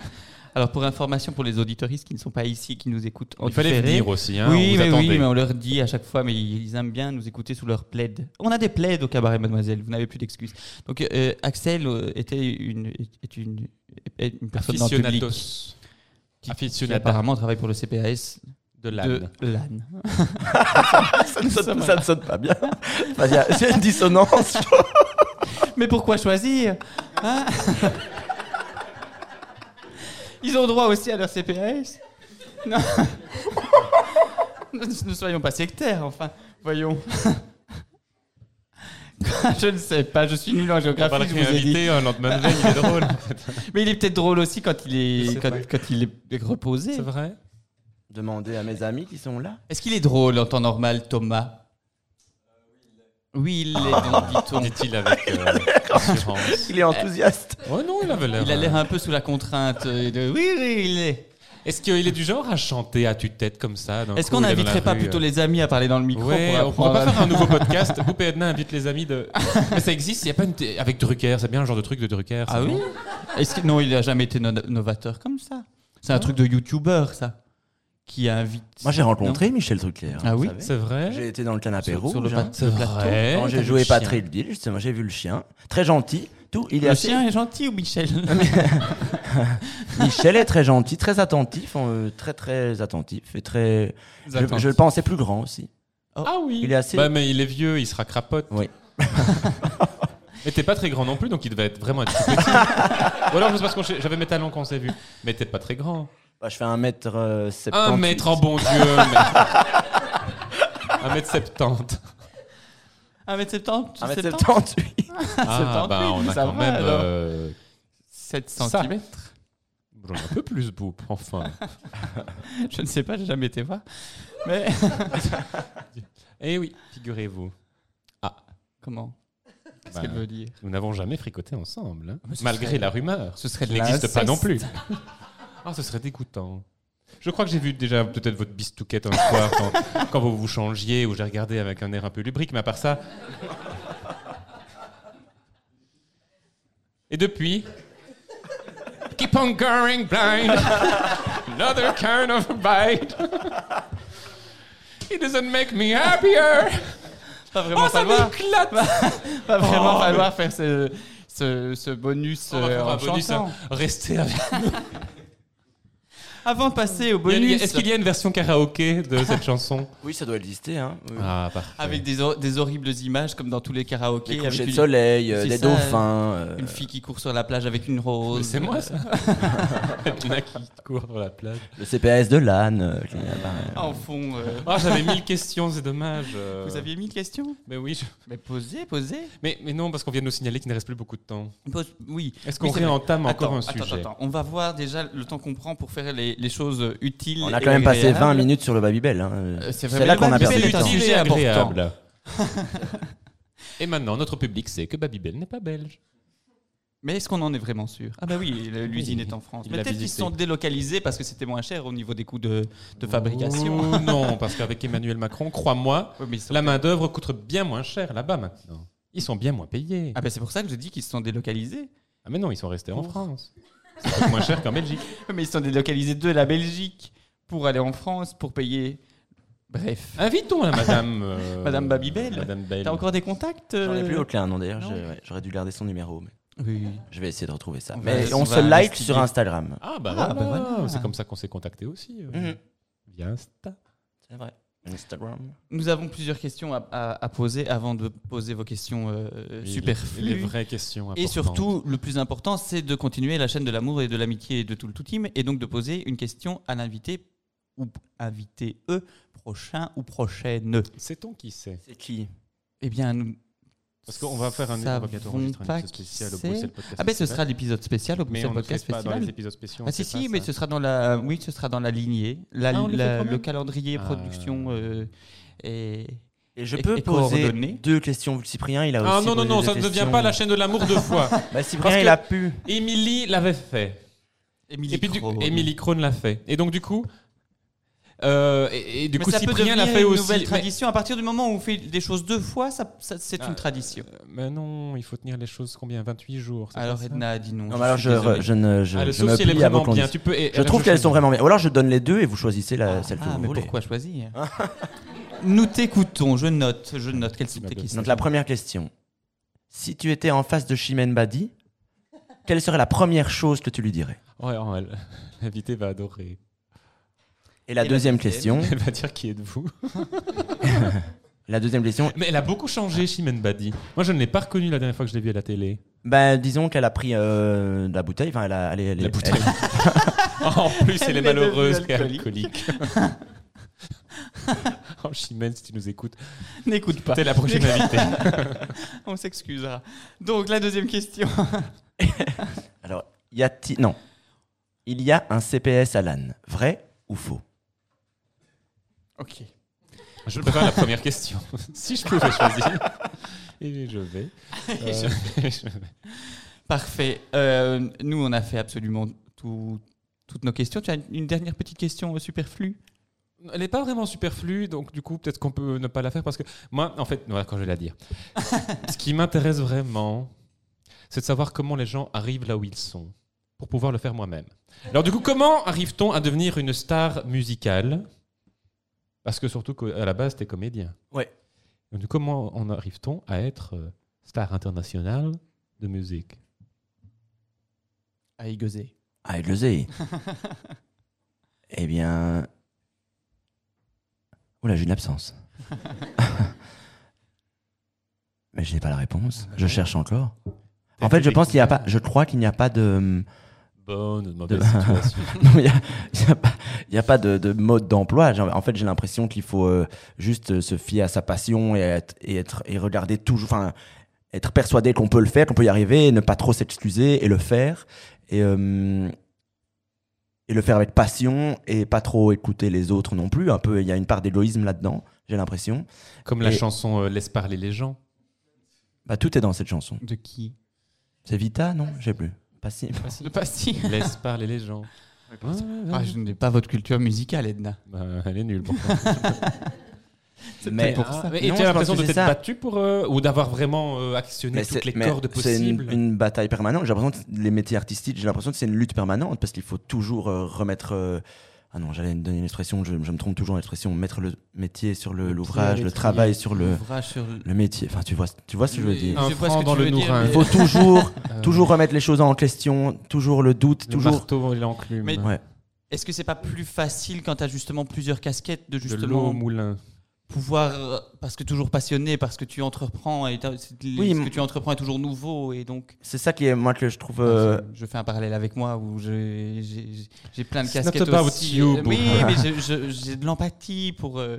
[SPEAKER 3] Alors pour information pour les auditoristes qui ne sont pas ici, qui nous écoutent en
[SPEAKER 2] Il fallait
[SPEAKER 3] différé.
[SPEAKER 2] venir aussi, hein,
[SPEAKER 3] oui,
[SPEAKER 2] on vous
[SPEAKER 3] mais oui,
[SPEAKER 2] attendait.
[SPEAKER 3] mais on leur dit à chaque fois, mais ils aiment bien nous écouter sous leur plaid. On a des plaids au cabaret, mademoiselle, vous n'avez plus d'excuses. Donc, euh, Axel euh, était une, est une, est une personne dans le public
[SPEAKER 2] Aficionados.
[SPEAKER 3] qui, qui
[SPEAKER 2] Aficionados
[SPEAKER 3] apparemment travaille pour le CPAS de
[SPEAKER 2] de l'âne.
[SPEAKER 3] l'âne.
[SPEAKER 4] ça, ne sonne, ça ne sonne pas bien. Enfin, il y a- C'est une dissonance.
[SPEAKER 3] Mais pourquoi choisir Hein Ils ont droit aussi à leur CPS Non Ne ne soyons pas sectaires, enfin, voyons. Quoi, je ne sais pas, je suis nul en
[SPEAKER 2] On va
[SPEAKER 3] géographie,
[SPEAKER 2] le
[SPEAKER 3] je vous ai dit.
[SPEAKER 2] réinviter un lendemain de veille, euh, il est drôle.
[SPEAKER 3] Mais il est peut-être drôle aussi quand il
[SPEAKER 2] Je
[SPEAKER 3] est,
[SPEAKER 2] sais
[SPEAKER 3] quand,
[SPEAKER 2] pas.
[SPEAKER 3] quand il est reposé.
[SPEAKER 2] C'est vrai
[SPEAKER 4] Demandez à mes amis qui sont là.
[SPEAKER 3] Est-ce qu'il est drôle en temps normal, Thomas Oui, il est, donc, dit-on.
[SPEAKER 2] Dit-il avec euh, assurance.
[SPEAKER 4] Il est enthousiaste.
[SPEAKER 2] Oh non, il avait l'air.
[SPEAKER 3] Il a l'air un peu sous la contrainte. euh, de- Oui, oui, il est.
[SPEAKER 2] Est-ce qu'il est du genre à chanter à tue-tête comme ça d'un
[SPEAKER 3] Est-ce
[SPEAKER 2] coup,
[SPEAKER 3] qu'on
[SPEAKER 2] il est dans la
[SPEAKER 3] n'inviterait pas
[SPEAKER 2] rue,
[SPEAKER 3] plutôt
[SPEAKER 2] euh,
[SPEAKER 3] les amis à parler dans le micro
[SPEAKER 2] Ouais,
[SPEAKER 3] pour
[SPEAKER 2] on pourrait pas
[SPEAKER 3] apprendre
[SPEAKER 2] faire un nouveau podcast. Poupée Edna invite les amis de. Mais ça existe, il y a pas une. t- Avec Drucker, c'est bien le genre de truc hein. de Drucker.
[SPEAKER 3] Ah
[SPEAKER 2] c'est
[SPEAKER 3] oui
[SPEAKER 2] bon.
[SPEAKER 3] Est-ce que... Non, il n'a jamais été no- novateur comme ça. C'est un truc de youtubeur, ça, qui invite.
[SPEAKER 4] Moi, j'ai rencontré Michel Drucker.
[SPEAKER 3] Ah
[SPEAKER 4] vous
[SPEAKER 3] oui,
[SPEAKER 4] savez.
[SPEAKER 2] C'est vrai
[SPEAKER 4] J'ai été dans le canapé
[SPEAKER 3] Sur-
[SPEAKER 4] rouge.
[SPEAKER 3] sur le
[SPEAKER 4] hein.
[SPEAKER 3] pat-
[SPEAKER 2] C'est
[SPEAKER 3] le plateau.
[SPEAKER 2] vrai.
[SPEAKER 4] Quand
[SPEAKER 2] T'as
[SPEAKER 4] j'ai
[SPEAKER 2] vu
[SPEAKER 4] joué
[SPEAKER 2] le chien.
[SPEAKER 4] Patrick Bill, justement, j'ai vu le chien. Très gentil. Tout. Il est
[SPEAKER 3] Le
[SPEAKER 4] assez-
[SPEAKER 3] chien est gentil ou Michel
[SPEAKER 4] Michel est très gentil, très attentif, euh, très très attentif et très. Je, je le pensais plus grand aussi.
[SPEAKER 2] Ah oui.
[SPEAKER 4] Oh, Il est assez-
[SPEAKER 2] Bah, mais il est vieux, il sera crapote.
[SPEAKER 4] Oui.
[SPEAKER 2] Mais t'es pas très grand non plus, donc il devait être vraiment être tout petit. Ou alors, je sais pas ce qu'on sait- j'avais mes talents quand on s'est vu. Mais t'es pas très grand.
[SPEAKER 4] Bah, je fais un mètre euh, 78.
[SPEAKER 2] Un mètre en bon Dieu. mais- Un mètre septante.
[SPEAKER 3] 1m70
[SPEAKER 4] Un mètre 78.
[SPEAKER 2] Ah, bah, on a
[SPEAKER 3] ça va,
[SPEAKER 2] quand même.
[SPEAKER 3] alors.
[SPEAKER 2] euh,
[SPEAKER 3] 7
[SPEAKER 2] Ça.
[SPEAKER 3] cm
[SPEAKER 2] J'en ai un peu plus, Boop, enfin.
[SPEAKER 3] Je ne sais pas, j'ai jamais été voir. Mais.
[SPEAKER 2] Eh oui, figurez-vous.
[SPEAKER 3] Comment Qu'est-ce
[SPEAKER 2] Bah,
[SPEAKER 3] qu'elle veut dire
[SPEAKER 2] Nous n'avons jamais fricoté ensemble, hein,
[SPEAKER 3] mais ce
[SPEAKER 2] malgré
[SPEAKER 3] serait-
[SPEAKER 2] la rumeur.
[SPEAKER 3] ce serait de
[SPEAKER 2] Il n'existe pas
[SPEAKER 3] l'inceste.
[SPEAKER 2] non plus. Ah, ce serait dégoûtant. Je crois que j'ai vu déjà peut-être votre bistouquette un soir quand, quand vous vous changiez ou j'ai regardé avec un air un peu lubrique, mais à part ça. Et depuis. Keep on going blind. Another kind of bite. It doesn't make me happier.
[SPEAKER 3] Pas vraiment
[SPEAKER 2] Oh, ça
[SPEAKER 3] falloir,
[SPEAKER 2] m'éclate.
[SPEAKER 3] pas vraiment
[SPEAKER 2] Oh,
[SPEAKER 3] falloir faire ce, ce, ce bonus
[SPEAKER 2] On va
[SPEAKER 3] euh,
[SPEAKER 2] faire
[SPEAKER 3] en
[SPEAKER 2] un bonus,
[SPEAKER 3] chantant.
[SPEAKER 2] hein. Restez avec.
[SPEAKER 3] Avant de passer au
[SPEAKER 2] Il y a-
[SPEAKER 3] bonus.
[SPEAKER 2] Est-ce qu'il y a une version karaoké de cette chanson
[SPEAKER 4] Oui, ça doit exister. Hein. Oui.
[SPEAKER 2] Ah, parfait.
[SPEAKER 3] Avec des, hor- des horribles images comme dans tous les
[SPEAKER 4] Des
[SPEAKER 3] karaokés.
[SPEAKER 4] couchers
[SPEAKER 3] avec
[SPEAKER 4] de
[SPEAKER 3] une-
[SPEAKER 4] soleil, euh,
[SPEAKER 3] c'est
[SPEAKER 4] des
[SPEAKER 3] ça,
[SPEAKER 4] dauphins. euh,
[SPEAKER 3] Une fille qui court sur la plage avec une rose.
[SPEAKER 2] C'est moi ça Il y en a qui courent dans la plage.
[SPEAKER 4] Le CPS de l'âne. euh, qui est apparu.
[SPEAKER 3] En fond. euh,
[SPEAKER 2] Ah, j'avais mille questions, c'est dommage. euh.
[SPEAKER 3] Vous aviez mille questions
[SPEAKER 2] Mais oui, je-
[SPEAKER 3] Mais posez, posez.
[SPEAKER 2] mais, mais non, parce qu'on vient de nous signaler qu'il ne reste plus beaucoup de temps.
[SPEAKER 3] Pose- Oui.
[SPEAKER 2] Est-ce qu'on
[SPEAKER 3] Oui, c'est
[SPEAKER 2] réentame
[SPEAKER 3] vrai.
[SPEAKER 2] encore
[SPEAKER 3] Attends,
[SPEAKER 2] un
[SPEAKER 3] attends,
[SPEAKER 2] sujet
[SPEAKER 3] attends. On va voir déjà le temps qu'on prend pour faire les, les choses utiles.
[SPEAKER 4] On a
[SPEAKER 3] et
[SPEAKER 4] quand même passé 20
[SPEAKER 3] agréables.
[SPEAKER 4] minutes sur le Babybel. Hein. euh,
[SPEAKER 3] Euh, c'est vrai,
[SPEAKER 4] C'est là
[SPEAKER 3] mais
[SPEAKER 4] qu'on
[SPEAKER 3] le
[SPEAKER 4] a
[SPEAKER 2] Mais
[SPEAKER 4] perdu
[SPEAKER 3] Babybel
[SPEAKER 4] du
[SPEAKER 2] C'est
[SPEAKER 3] est un
[SPEAKER 4] temps.
[SPEAKER 2] utile et
[SPEAKER 3] sujet important.
[SPEAKER 2] agréable. et maintenant, notre public sait que Babybel n'est pas belge.
[SPEAKER 3] Mais est-ce qu'on en est vraiment sûr Ah, bah oui, le- l'usine
[SPEAKER 2] Oui,
[SPEAKER 3] est en France.
[SPEAKER 2] il
[SPEAKER 3] Mais
[SPEAKER 2] l'a
[SPEAKER 3] peut-être qu'ils se
[SPEAKER 2] visité.
[SPEAKER 3] sont délocalisés parce que c'était moins cher au niveau des coûts de, de fabrication.
[SPEAKER 2] Ouh, Oh, non, parce qu'avec Emmanuel Macron, crois-moi,
[SPEAKER 3] Oui, mais ils sont-
[SPEAKER 2] la main-d'œuvre coûte bien moins cher là-bas maintenant. Ils sont bien moins payés.
[SPEAKER 3] Ah, bah c'est pour ça que je dis qu'ils se sont délocalisés.
[SPEAKER 2] Ah mais non, ils sont restés en
[SPEAKER 3] Pour-
[SPEAKER 2] France. Ça coûte moins cher qu'en Belgique.
[SPEAKER 3] Mais ils sont délocalisés de la Belgique pour aller en France pour payer. Bref.
[SPEAKER 2] Invitons la madame... euh,
[SPEAKER 3] Madame Babybel.
[SPEAKER 2] Madame Belle.
[SPEAKER 3] T'as encore des contacts
[SPEAKER 4] J'en ai plus
[SPEAKER 3] euh,
[SPEAKER 4] aucun, non d'ailleurs.
[SPEAKER 3] non.
[SPEAKER 4] j'ai- ouais, J'aurais dû garder son numéro. mais
[SPEAKER 3] Oui.
[SPEAKER 4] Je vais essayer de retrouver ça.
[SPEAKER 3] On va-
[SPEAKER 4] Mais
[SPEAKER 3] on
[SPEAKER 4] on se
[SPEAKER 3] va
[SPEAKER 4] like
[SPEAKER 3] investiguer.
[SPEAKER 4] sur Instagram.
[SPEAKER 2] Ah bah,
[SPEAKER 3] Ah, bah
[SPEAKER 2] voilà.
[SPEAKER 3] voilà.
[SPEAKER 2] C'est comme ça qu'on s'est contacté aussi. euh,
[SPEAKER 4] Mhm.
[SPEAKER 2] Via Insta.
[SPEAKER 4] C'est vrai. Instagram.
[SPEAKER 3] Nous avons plusieurs questions à, à- à poser avant de poser vos questions euh,
[SPEAKER 2] Les
[SPEAKER 3] superflues.
[SPEAKER 2] vraies questions
[SPEAKER 3] Et surtout, le plus important, c'est de continuer la chaîne de l'amour et de l'amitié et de tout le tout team, et donc de poser une question à l'invité ou invité eux prochain ou prochaine.
[SPEAKER 2] Sait-on qui c'est
[SPEAKER 4] C'est qui
[SPEAKER 3] Eh bien, nous-
[SPEAKER 2] Parce qu'on va faire un,
[SPEAKER 3] Ça
[SPEAKER 2] on va bientôt
[SPEAKER 3] vont
[SPEAKER 2] enregistrer un
[SPEAKER 3] pas
[SPEAKER 2] épisode spécial au
[SPEAKER 3] kisser.
[SPEAKER 2] Bruxelles Podcast
[SPEAKER 3] Ah ben ce
[SPEAKER 2] Festival.
[SPEAKER 3] sera l'épisode spécial au
[SPEAKER 2] mais
[SPEAKER 3] Bruxelles
[SPEAKER 2] on ne le fait
[SPEAKER 3] Podcast
[SPEAKER 2] pas dans les
[SPEAKER 3] Festival.
[SPEAKER 2] épisodes spéciaux.
[SPEAKER 3] Ah si si, mais ce sera dans la, oui, ce sera dans la lignée, la,
[SPEAKER 2] Ah, on le fait
[SPEAKER 3] la-
[SPEAKER 2] quand même
[SPEAKER 3] le calendrier
[SPEAKER 2] Ah.
[SPEAKER 3] production euh, et
[SPEAKER 4] Et je
[SPEAKER 3] Et-
[SPEAKER 4] peux
[SPEAKER 3] et
[SPEAKER 4] poser
[SPEAKER 3] coordonnées.
[SPEAKER 4] deux questions. Cyprien, il a
[SPEAKER 2] Ah
[SPEAKER 4] aussi.
[SPEAKER 2] non, non,
[SPEAKER 4] posé
[SPEAKER 2] non,
[SPEAKER 4] deux
[SPEAKER 2] ça ne devient
[SPEAKER 4] questions.
[SPEAKER 2] pas la chaîne de l'amour deux fois.
[SPEAKER 4] Bah, Cyprien,
[SPEAKER 2] Parce
[SPEAKER 4] il
[SPEAKER 2] que-
[SPEAKER 4] a pu.
[SPEAKER 2] Émilie l'avait fait.
[SPEAKER 3] Émilie
[SPEAKER 2] Et puis, du-
[SPEAKER 3] Krohn.
[SPEAKER 2] Émilie Krohn l'a fait. Et donc, du coup. euh, et, et du
[SPEAKER 3] Mais
[SPEAKER 2] coup,
[SPEAKER 3] ça peut
[SPEAKER 2] Cyprien l'a
[SPEAKER 3] devenir
[SPEAKER 2] fait
[SPEAKER 3] une
[SPEAKER 2] aussi.
[SPEAKER 3] Nouvelle
[SPEAKER 2] Mais,
[SPEAKER 3] tradition. À partir du moment où on fait des choses deux fois, ça, ça- c'est
[SPEAKER 2] Ah,
[SPEAKER 3] une tradition.
[SPEAKER 2] mais non, il faut tenir les choses combien 28 jours. c'est
[SPEAKER 3] Alors
[SPEAKER 2] pas ça
[SPEAKER 3] Edna a dit non.
[SPEAKER 4] Non, mais alors
[SPEAKER 3] suis
[SPEAKER 4] je,
[SPEAKER 3] désolé.
[SPEAKER 4] je ne, je,
[SPEAKER 2] Ah, le
[SPEAKER 4] je
[SPEAKER 2] sauf
[SPEAKER 4] me
[SPEAKER 2] si elle est
[SPEAKER 4] plie à vos
[SPEAKER 2] vraiment bien.
[SPEAKER 4] conditions.
[SPEAKER 2] Tu peux, eh, et-
[SPEAKER 4] Je trouve qu'elles sont vraiment bien. Ou alors je donne les deux et vous choisissez la,
[SPEAKER 3] Ah,
[SPEAKER 4] euh, celle que
[SPEAKER 3] ah,
[SPEAKER 4] vous
[SPEAKER 3] mais
[SPEAKER 4] voulez.
[SPEAKER 3] pourquoi choisir Nous t'écoutons. Je note. Je note. Quelle
[SPEAKER 2] m'a
[SPEAKER 3] c'était
[SPEAKER 2] bien
[SPEAKER 3] qui
[SPEAKER 4] Donc la première question. Si tu étais en face de Chimène Badi, quelle serait la première chose que tu lui dirais
[SPEAKER 2] Ouais, non, elle- l'invité va adorer.
[SPEAKER 4] Et la
[SPEAKER 3] Et la
[SPEAKER 4] deuxième
[SPEAKER 3] deuxième.
[SPEAKER 4] question.
[SPEAKER 2] Elle va dire qui êtes-vous.
[SPEAKER 4] La deuxième question.
[SPEAKER 2] Mais elle a beaucoup changé, Chimène Badi. Ah. Moi, je ne l'ai pas reconnue la dernière fois que je l'ai vue à la télé.
[SPEAKER 4] Bah, disons qu'elle a pris euh, de la bouteille. Enfin, elle a, elle est- elle est-
[SPEAKER 2] La bouteille. en plus, elle,
[SPEAKER 3] Elle
[SPEAKER 2] est
[SPEAKER 3] est
[SPEAKER 2] malheureuse et
[SPEAKER 3] devenue
[SPEAKER 2] alcoolique. oh, Chimène, si tu nous écoutes,
[SPEAKER 3] N'écoute pas.
[SPEAKER 2] t'es la prochaine invitée.
[SPEAKER 3] On s'excusera. Donc la deuxième question.
[SPEAKER 4] elle- Alors, y a-t-il non Il y a un CPS à l'âne. Vrai ou faux
[SPEAKER 3] Ok.
[SPEAKER 2] Je préfère la première question. si je pouvais choisir. Et je vais.
[SPEAKER 3] Et je-
[SPEAKER 2] Euh, je vais.
[SPEAKER 3] Parfait. Euh, nous on a fait absolument tout- toutes nos questions. Tu as une- une dernière petite question euh, superflue
[SPEAKER 2] Elle n'est pas vraiment superflue, donc du coup, peut-être qu'on peut ne pas la faire parce que moi, en fait, voilà, quand je vais la dire. ce qui m'intéresse vraiment, c'est de savoir comment les gens arrivent là où ils sont pour pouvoir le faire moi-même. Alors, du coup, comment arrive-t-on à devenir une star musicale Parce que surtout qu'à la base, t'es comédien.
[SPEAKER 4] Ouais.
[SPEAKER 2] Donc, comment en arrive-t-on à être euh, star internationale de musique
[SPEAKER 3] à Igozé.
[SPEAKER 4] Ah, il le sait. eh bien. Oula, j'ai une absence. Mais je n'ai pas la réponse. Je cherche encore. En fait, je pense qu'il n'y a pas. Je crois qu'il n'y a pas de.
[SPEAKER 2] Bonne ou de mauvaise
[SPEAKER 4] De-
[SPEAKER 2] situation.
[SPEAKER 4] Non, il n'y a, il y a pas, il y a pas de, de mode d'emploi. J'ai- En fait, j'ai l'impression qu'il faut euh, juste euh, se fier à sa passion et être et, être, et regarder toujours. Enfin, être persuadé qu'on peut le faire, qu'on peut y arriver, et ne pas trop s'excuser et le faire. Et, euh, et le faire avec passion et pas trop écouter les autres non plus. Un peu, il y a une part d'égoïsme là-dedans, j'ai l'impression.
[SPEAKER 2] Comme la
[SPEAKER 4] Et-
[SPEAKER 2] chanson euh, Laisse parler les gens.
[SPEAKER 4] Bah, tout est dans cette chanson.
[SPEAKER 3] De qui
[SPEAKER 4] C'est Vita, non Je sais plus. Passif.
[SPEAKER 3] De Pasti.
[SPEAKER 2] Laisse parler les gens.
[SPEAKER 3] Ah, je n'ai pas votre culture musicale, Edna.
[SPEAKER 2] Ben, elle est nulle. pourtant.
[SPEAKER 4] Mais- ah,
[SPEAKER 3] pour ça.
[SPEAKER 2] et tu as
[SPEAKER 4] Non, je pense
[SPEAKER 2] l'impression
[SPEAKER 4] que
[SPEAKER 2] de
[SPEAKER 4] c'est
[SPEAKER 2] t'être
[SPEAKER 4] ça.
[SPEAKER 2] battu pour euh, ou d'avoir vraiment euh, actionné
[SPEAKER 4] Mais
[SPEAKER 2] toutes les
[SPEAKER 4] mais
[SPEAKER 2] cordes
[SPEAKER 4] c'est une-
[SPEAKER 2] possibles.
[SPEAKER 4] Une, bataille permanente. J'ai l'impression que les métiers artistiques, j'ai l'impression que c'est une lutte permanente parce qu'il faut toujours euh, remettre. euh, ah non, j'allais donner une expression, je, je me trompe toujours dans l'expression, mettre le métier sur le-
[SPEAKER 2] pied à
[SPEAKER 4] l'ouvrage, le,
[SPEAKER 2] l'étrier.
[SPEAKER 4] travail sur le,
[SPEAKER 3] Ouvrage sur le-
[SPEAKER 4] le métier. Enfin, tu vois, tu vois ce que je veux
[SPEAKER 3] Mais-
[SPEAKER 4] dire.
[SPEAKER 2] Un
[SPEAKER 3] Je vois ce
[SPEAKER 2] franc
[SPEAKER 3] que
[SPEAKER 2] dans
[SPEAKER 3] tu
[SPEAKER 2] le
[SPEAKER 3] veux dire,
[SPEAKER 2] nourrin.
[SPEAKER 4] Il faut toujours,
[SPEAKER 2] Euh,
[SPEAKER 4] toujours remettre les choses en question, toujours le doute,
[SPEAKER 2] le
[SPEAKER 4] toujours.
[SPEAKER 2] marteau et l'enclume.
[SPEAKER 3] Mais-
[SPEAKER 4] Ouais.
[SPEAKER 3] Est-ce que c'est pas plus facile quand tu as justement plusieurs casquettes de
[SPEAKER 2] De l'eau
[SPEAKER 3] justement
[SPEAKER 2] au moulin.
[SPEAKER 3] pouvoir euh, parce que toujours passionné parce que tu entreprends et t'as- c'est-
[SPEAKER 4] Oui,
[SPEAKER 3] ce
[SPEAKER 4] m-
[SPEAKER 3] que tu entreprends est toujours nouveau et donc
[SPEAKER 4] C'est ça qui est, moi, que je
[SPEAKER 3] Ah,
[SPEAKER 4] trouve. euh,
[SPEAKER 3] je fais un parallèle avec moi où j'ai- j'ai j'ai- j'ai plein de
[SPEAKER 2] It's not
[SPEAKER 3] casquettes
[SPEAKER 2] about
[SPEAKER 3] aussi.
[SPEAKER 2] you,
[SPEAKER 3] Euh,
[SPEAKER 2] boo.
[SPEAKER 3] oui, mais je- je- j'ai de l'empathie pour euh,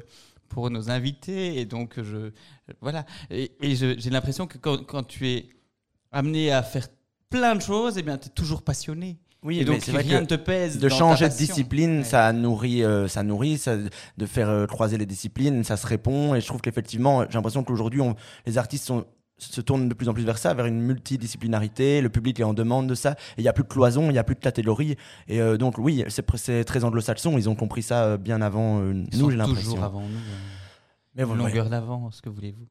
[SPEAKER 3] pour nos invités et donc je voilà et, et je- j'ai l'impression que quand, quand tu es amené à faire plein de choses et bien tu es toujours passionné
[SPEAKER 4] Oui,
[SPEAKER 3] et
[SPEAKER 4] mais
[SPEAKER 3] donc
[SPEAKER 4] c'est vrai
[SPEAKER 3] rien
[SPEAKER 4] que-
[SPEAKER 3] ne te pèse dans
[SPEAKER 4] de
[SPEAKER 3] ta
[SPEAKER 4] changer de
[SPEAKER 3] passion.
[SPEAKER 4] discipline,
[SPEAKER 3] Ouais.
[SPEAKER 4] ça nourrit, euh, ça nourrit, ça- de faire euh, croiser les disciplines, ça se répond. Et je trouve qu'effectivement, j'ai l'impression qu'aujourd'hui, on- les artistes sont- se tournent de plus en plus vers ça, vers une multidisciplinarité. Le public est en demande de ça. Et il n'y a plus de cloison, il n'y a plus de catégorie. Et euh, donc, oui, c'est pr- c'est très anglo-saxon. Ils ont compris ça euh, bien avant euh,
[SPEAKER 3] Ils
[SPEAKER 4] nous,
[SPEAKER 3] sont
[SPEAKER 4] j'ai
[SPEAKER 3] toujours
[SPEAKER 4] l'impression.
[SPEAKER 3] avant nous euh.
[SPEAKER 4] Mais bon, ouais.
[SPEAKER 3] longueur d'avance, que voulez-vous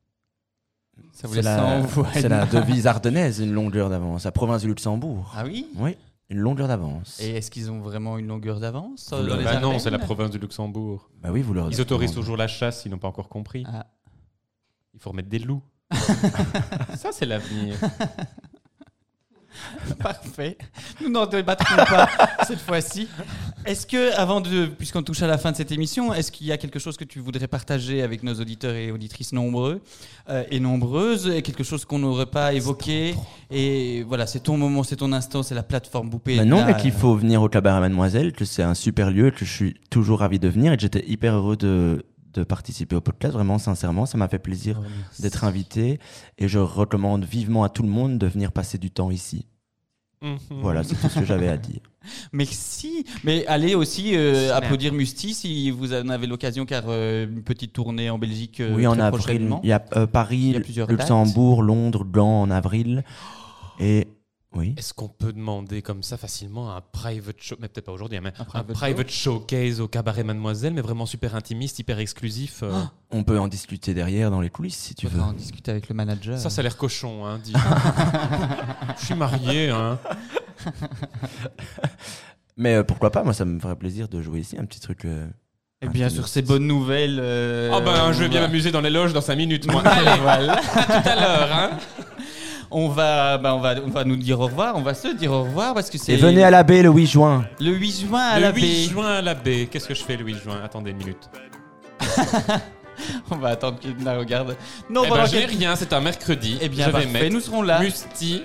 [SPEAKER 3] Ça vous
[SPEAKER 4] C'est
[SPEAKER 3] laisse
[SPEAKER 4] la,
[SPEAKER 3] sans voix,
[SPEAKER 4] c'est la
[SPEAKER 3] Edna
[SPEAKER 4] devise ardennaise, une longueur d'avance. La province du Luxembourg.
[SPEAKER 3] Ah oui
[SPEAKER 4] Oui, une longueur d'avance.
[SPEAKER 3] Et est-ce qu'ils ont vraiment une longueur d'avance euh,
[SPEAKER 4] Bah
[SPEAKER 3] dans les
[SPEAKER 2] Bah non,
[SPEAKER 3] Ardennes
[SPEAKER 2] c'est la province du Luxembourg.
[SPEAKER 4] Bah oui, vous leur
[SPEAKER 2] Ils autorisent
[SPEAKER 4] demandez.
[SPEAKER 2] toujours la chasse, ils n'ont pas encore compris.
[SPEAKER 3] Ah.
[SPEAKER 2] Il faut remettre des loups. Ça, c'est l'avenir.
[SPEAKER 3] Parfait. Nous n'en débattrons pas cette fois-ci. Est-ce que, avant de, puisqu'on touche à la fin de cette émission, est-ce qu'il y a quelque chose que tu voudrais partager avec nos auditeurs et auditrices nombreux euh, et nombreuses, et quelque chose qu'on n'aurait pas évoqué Et voilà, c'est ton moment, c'est ton instant, c'est la plateforme Boupé.
[SPEAKER 4] Bah non,
[SPEAKER 3] Edna,
[SPEAKER 4] mais qu'il faut venir au cabaret Mademoiselle, que c'est un super lieu, que je suis toujours ravi de venir et que j'étais hyper heureux de, de participer au podcast. Vraiment, sincèrement, ça m'a fait plaisir d'être invité. Et je recommande vivement à tout le monde de venir passer du temps ici.
[SPEAKER 3] Mmh.
[SPEAKER 2] Mhm.
[SPEAKER 4] Voilà, c'est tout ce que j'avais à dire.
[SPEAKER 3] Merci. Mais allez aussi euh,
[SPEAKER 4] Merci.
[SPEAKER 3] applaudir Musti si vous en avez l'occasion, car euh, une petite tournée en Belgique euh,
[SPEAKER 4] oui, en
[SPEAKER 3] très
[SPEAKER 4] avril.
[SPEAKER 3] prochainement.
[SPEAKER 4] Il y a euh, Paris,
[SPEAKER 3] Il y a plusieurs Oh
[SPEAKER 4] Luxembourg, Londres, Gand en avril. Et oui.
[SPEAKER 2] Est-ce qu'on peut demander comme ça facilement un private show, mais peut-être pas aujourd'hui, hein, mais un private,
[SPEAKER 3] private
[SPEAKER 2] showcase au cabaret Mademoiselle, mais vraiment super intimiste, hyper exclusif. euh.
[SPEAKER 4] On peut en discuter derrière dans les coulisses si tu
[SPEAKER 3] Tu
[SPEAKER 4] veux.
[SPEAKER 3] vas en discuter avec le manager.
[SPEAKER 2] ça, ça a l'air cochon, hein, dis. Je suis marié, hein.
[SPEAKER 3] Euh,
[SPEAKER 4] Mais euh, pourquoi pas Moi, ça me ferait plaisir de jouer ici un petit truc. euh,
[SPEAKER 3] Et Eh bien sur ces bonnes nouvelles. euh,
[SPEAKER 2] Ah ben, je vais bien
[SPEAKER 3] on va-
[SPEAKER 2] m'amuser dans les loges dans 5 minutes, moi. Allez,
[SPEAKER 3] Voilà.
[SPEAKER 2] tout à l'heure, hein.
[SPEAKER 3] On va, bah, on va, on va nous dire au revoir. On va se dire au revoir parce que c'est.
[SPEAKER 4] Et venez à la baie le 8 juin.
[SPEAKER 3] le 8 juin à
[SPEAKER 2] le
[SPEAKER 3] la
[SPEAKER 2] 8
[SPEAKER 3] baie.
[SPEAKER 2] juin à la baie. Qu'est-ce que je fais le 8 juin Attendez une minute.
[SPEAKER 3] On va attendre qu'il la regarde. Non,
[SPEAKER 2] eh
[SPEAKER 3] pendant
[SPEAKER 2] ben, j'ai
[SPEAKER 3] quelques-
[SPEAKER 2] rien, c'est un mercredi.
[SPEAKER 3] Eh bien,
[SPEAKER 2] je vais
[SPEAKER 3] parfait.
[SPEAKER 2] mettre
[SPEAKER 3] Nous serons là.
[SPEAKER 2] Musti.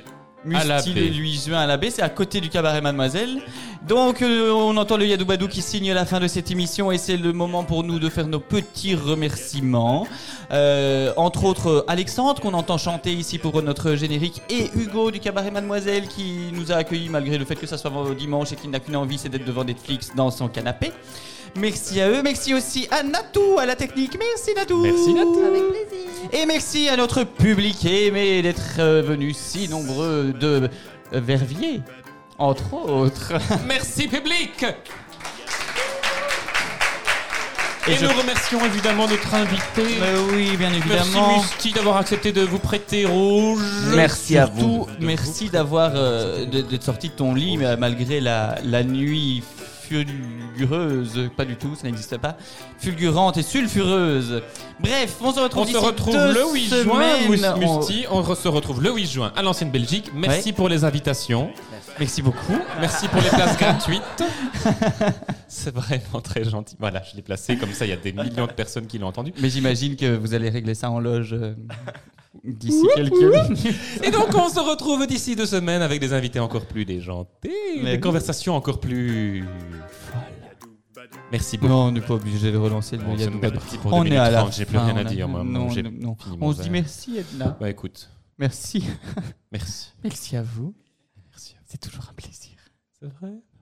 [SPEAKER 2] à la
[SPEAKER 3] Musti
[SPEAKER 2] baie.
[SPEAKER 3] le 8 juin à la baie, c'est à côté du cabaret Mademoiselle. Donc euh, on entend le Yadou Badou qui signe la fin de cette émission et c'est le moment pour nous de faire nos petits remerciements. Euh, entre autres euh, Alexandre qu'on entend chanter ici pour notre générique et Hugo du cabaret Mademoiselle qui nous a accueillis malgré le fait que ça soit vendredi dimanche et qu'il n'a qu'une envie c'est d'être devant Netflix dans son canapé. Merci à eux, merci aussi à Natou à la technique. Merci Natou.
[SPEAKER 2] Merci, Natou.
[SPEAKER 1] Avec plaisir.
[SPEAKER 3] Et merci à notre public aimé d'être euh, venus si nombreux de euh, Verviers, entre autres.
[SPEAKER 2] Merci public Et,
[SPEAKER 3] Et je-
[SPEAKER 2] nous remercions évidemment notre invité.
[SPEAKER 3] Mais oui, bien
[SPEAKER 2] Merci
[SPEAKER 3] évidemment.
[SPEAKER 2] Musti d'avoir accepté de vous prêter rouge.
[SPEAKER 4] Merci à vous.
[SPEAKER 3] Surtout, merci d'avoir euh, de- d'être sorti de ton lit mais malgré la, la nuit fulgureuse, pas du tout, ça n'existe pas, fulgurante et sulfureuse. Bref, on se retrouve
[SPEAKER 2] On se
[SPEAKER 3] d'ici
[SPEAKER 2] retrouve
[SPEAKER 3] deux
[SPEAKER 2] le 8
[SPEAKER 3] semaines.
[SPEAKER 2] juin,
[SPEAKER 3] On-
[SPEAKER 2] Musti. On... re- se retrouve le 8 juin à l'ancienne Belgique. Merci pour les invitations.
[SPEAKER 3] Merci beaucoup.
[SPEAKER 2] Merci pour les places gratuites. C'est vraiment très gentil. Voilà, je l'ai placé comme ça. Il y a des millions de personnes qui l'ont entendu.
[SPEAKER 3] Mais j'imagine que vous allez régler ça en loge euh, d'ici quelques minutes.
[SPEAKER 2] Et donc, on se retrouve d'ici deux semaines avec des invités encore plus déjantés,
[SPEAKER 3] Mais
[SPEAKER 2] des
[SPEAKER 3] oui.
[SPEAKER 2] conversations encore plus folles. Merci beaucoup.
[SPEAKER 3] Non, on n'est pas obligé de relancer le
[SPEAKER 2] Bon, c'est
[SPEAKER 3] Yadou
[SPEAKER 2] une
[SPEAKER 3] Badou.
[SPEAKER 2] belle partie pour
[SPEAKER 3] On est à la
[SPEAKER 2] 2030, j'ai plus
[SPEAKER 3] fin,
[SPEAKER 2] rien
[SPEAKER 3] on
[SPEAKER 2] à
[SPEAKER 3] a-
[SPEAKER 2] dire. Moi,
[SPEAKER 3] non,
[SPEAKER 2] Bon, j'ai
[SPEAKER 3] non, non.
[SPEAKER 2] fini mon
[SPEAKER 3] On se dit
[SPEAKER 2] verre.
[SPEAKER 3] merci Edna.
[SPEAKER 2] Bah écoute,
[SPEAKER 3] Merci.
[SPEAKER 2] merci.
[SPEAKER 3] Merci à vous.
[SPEAKER 2] Merci.
[SPEAKER 3] C'est toujours un plaisir.
[SPEAKER 2] C'est vrai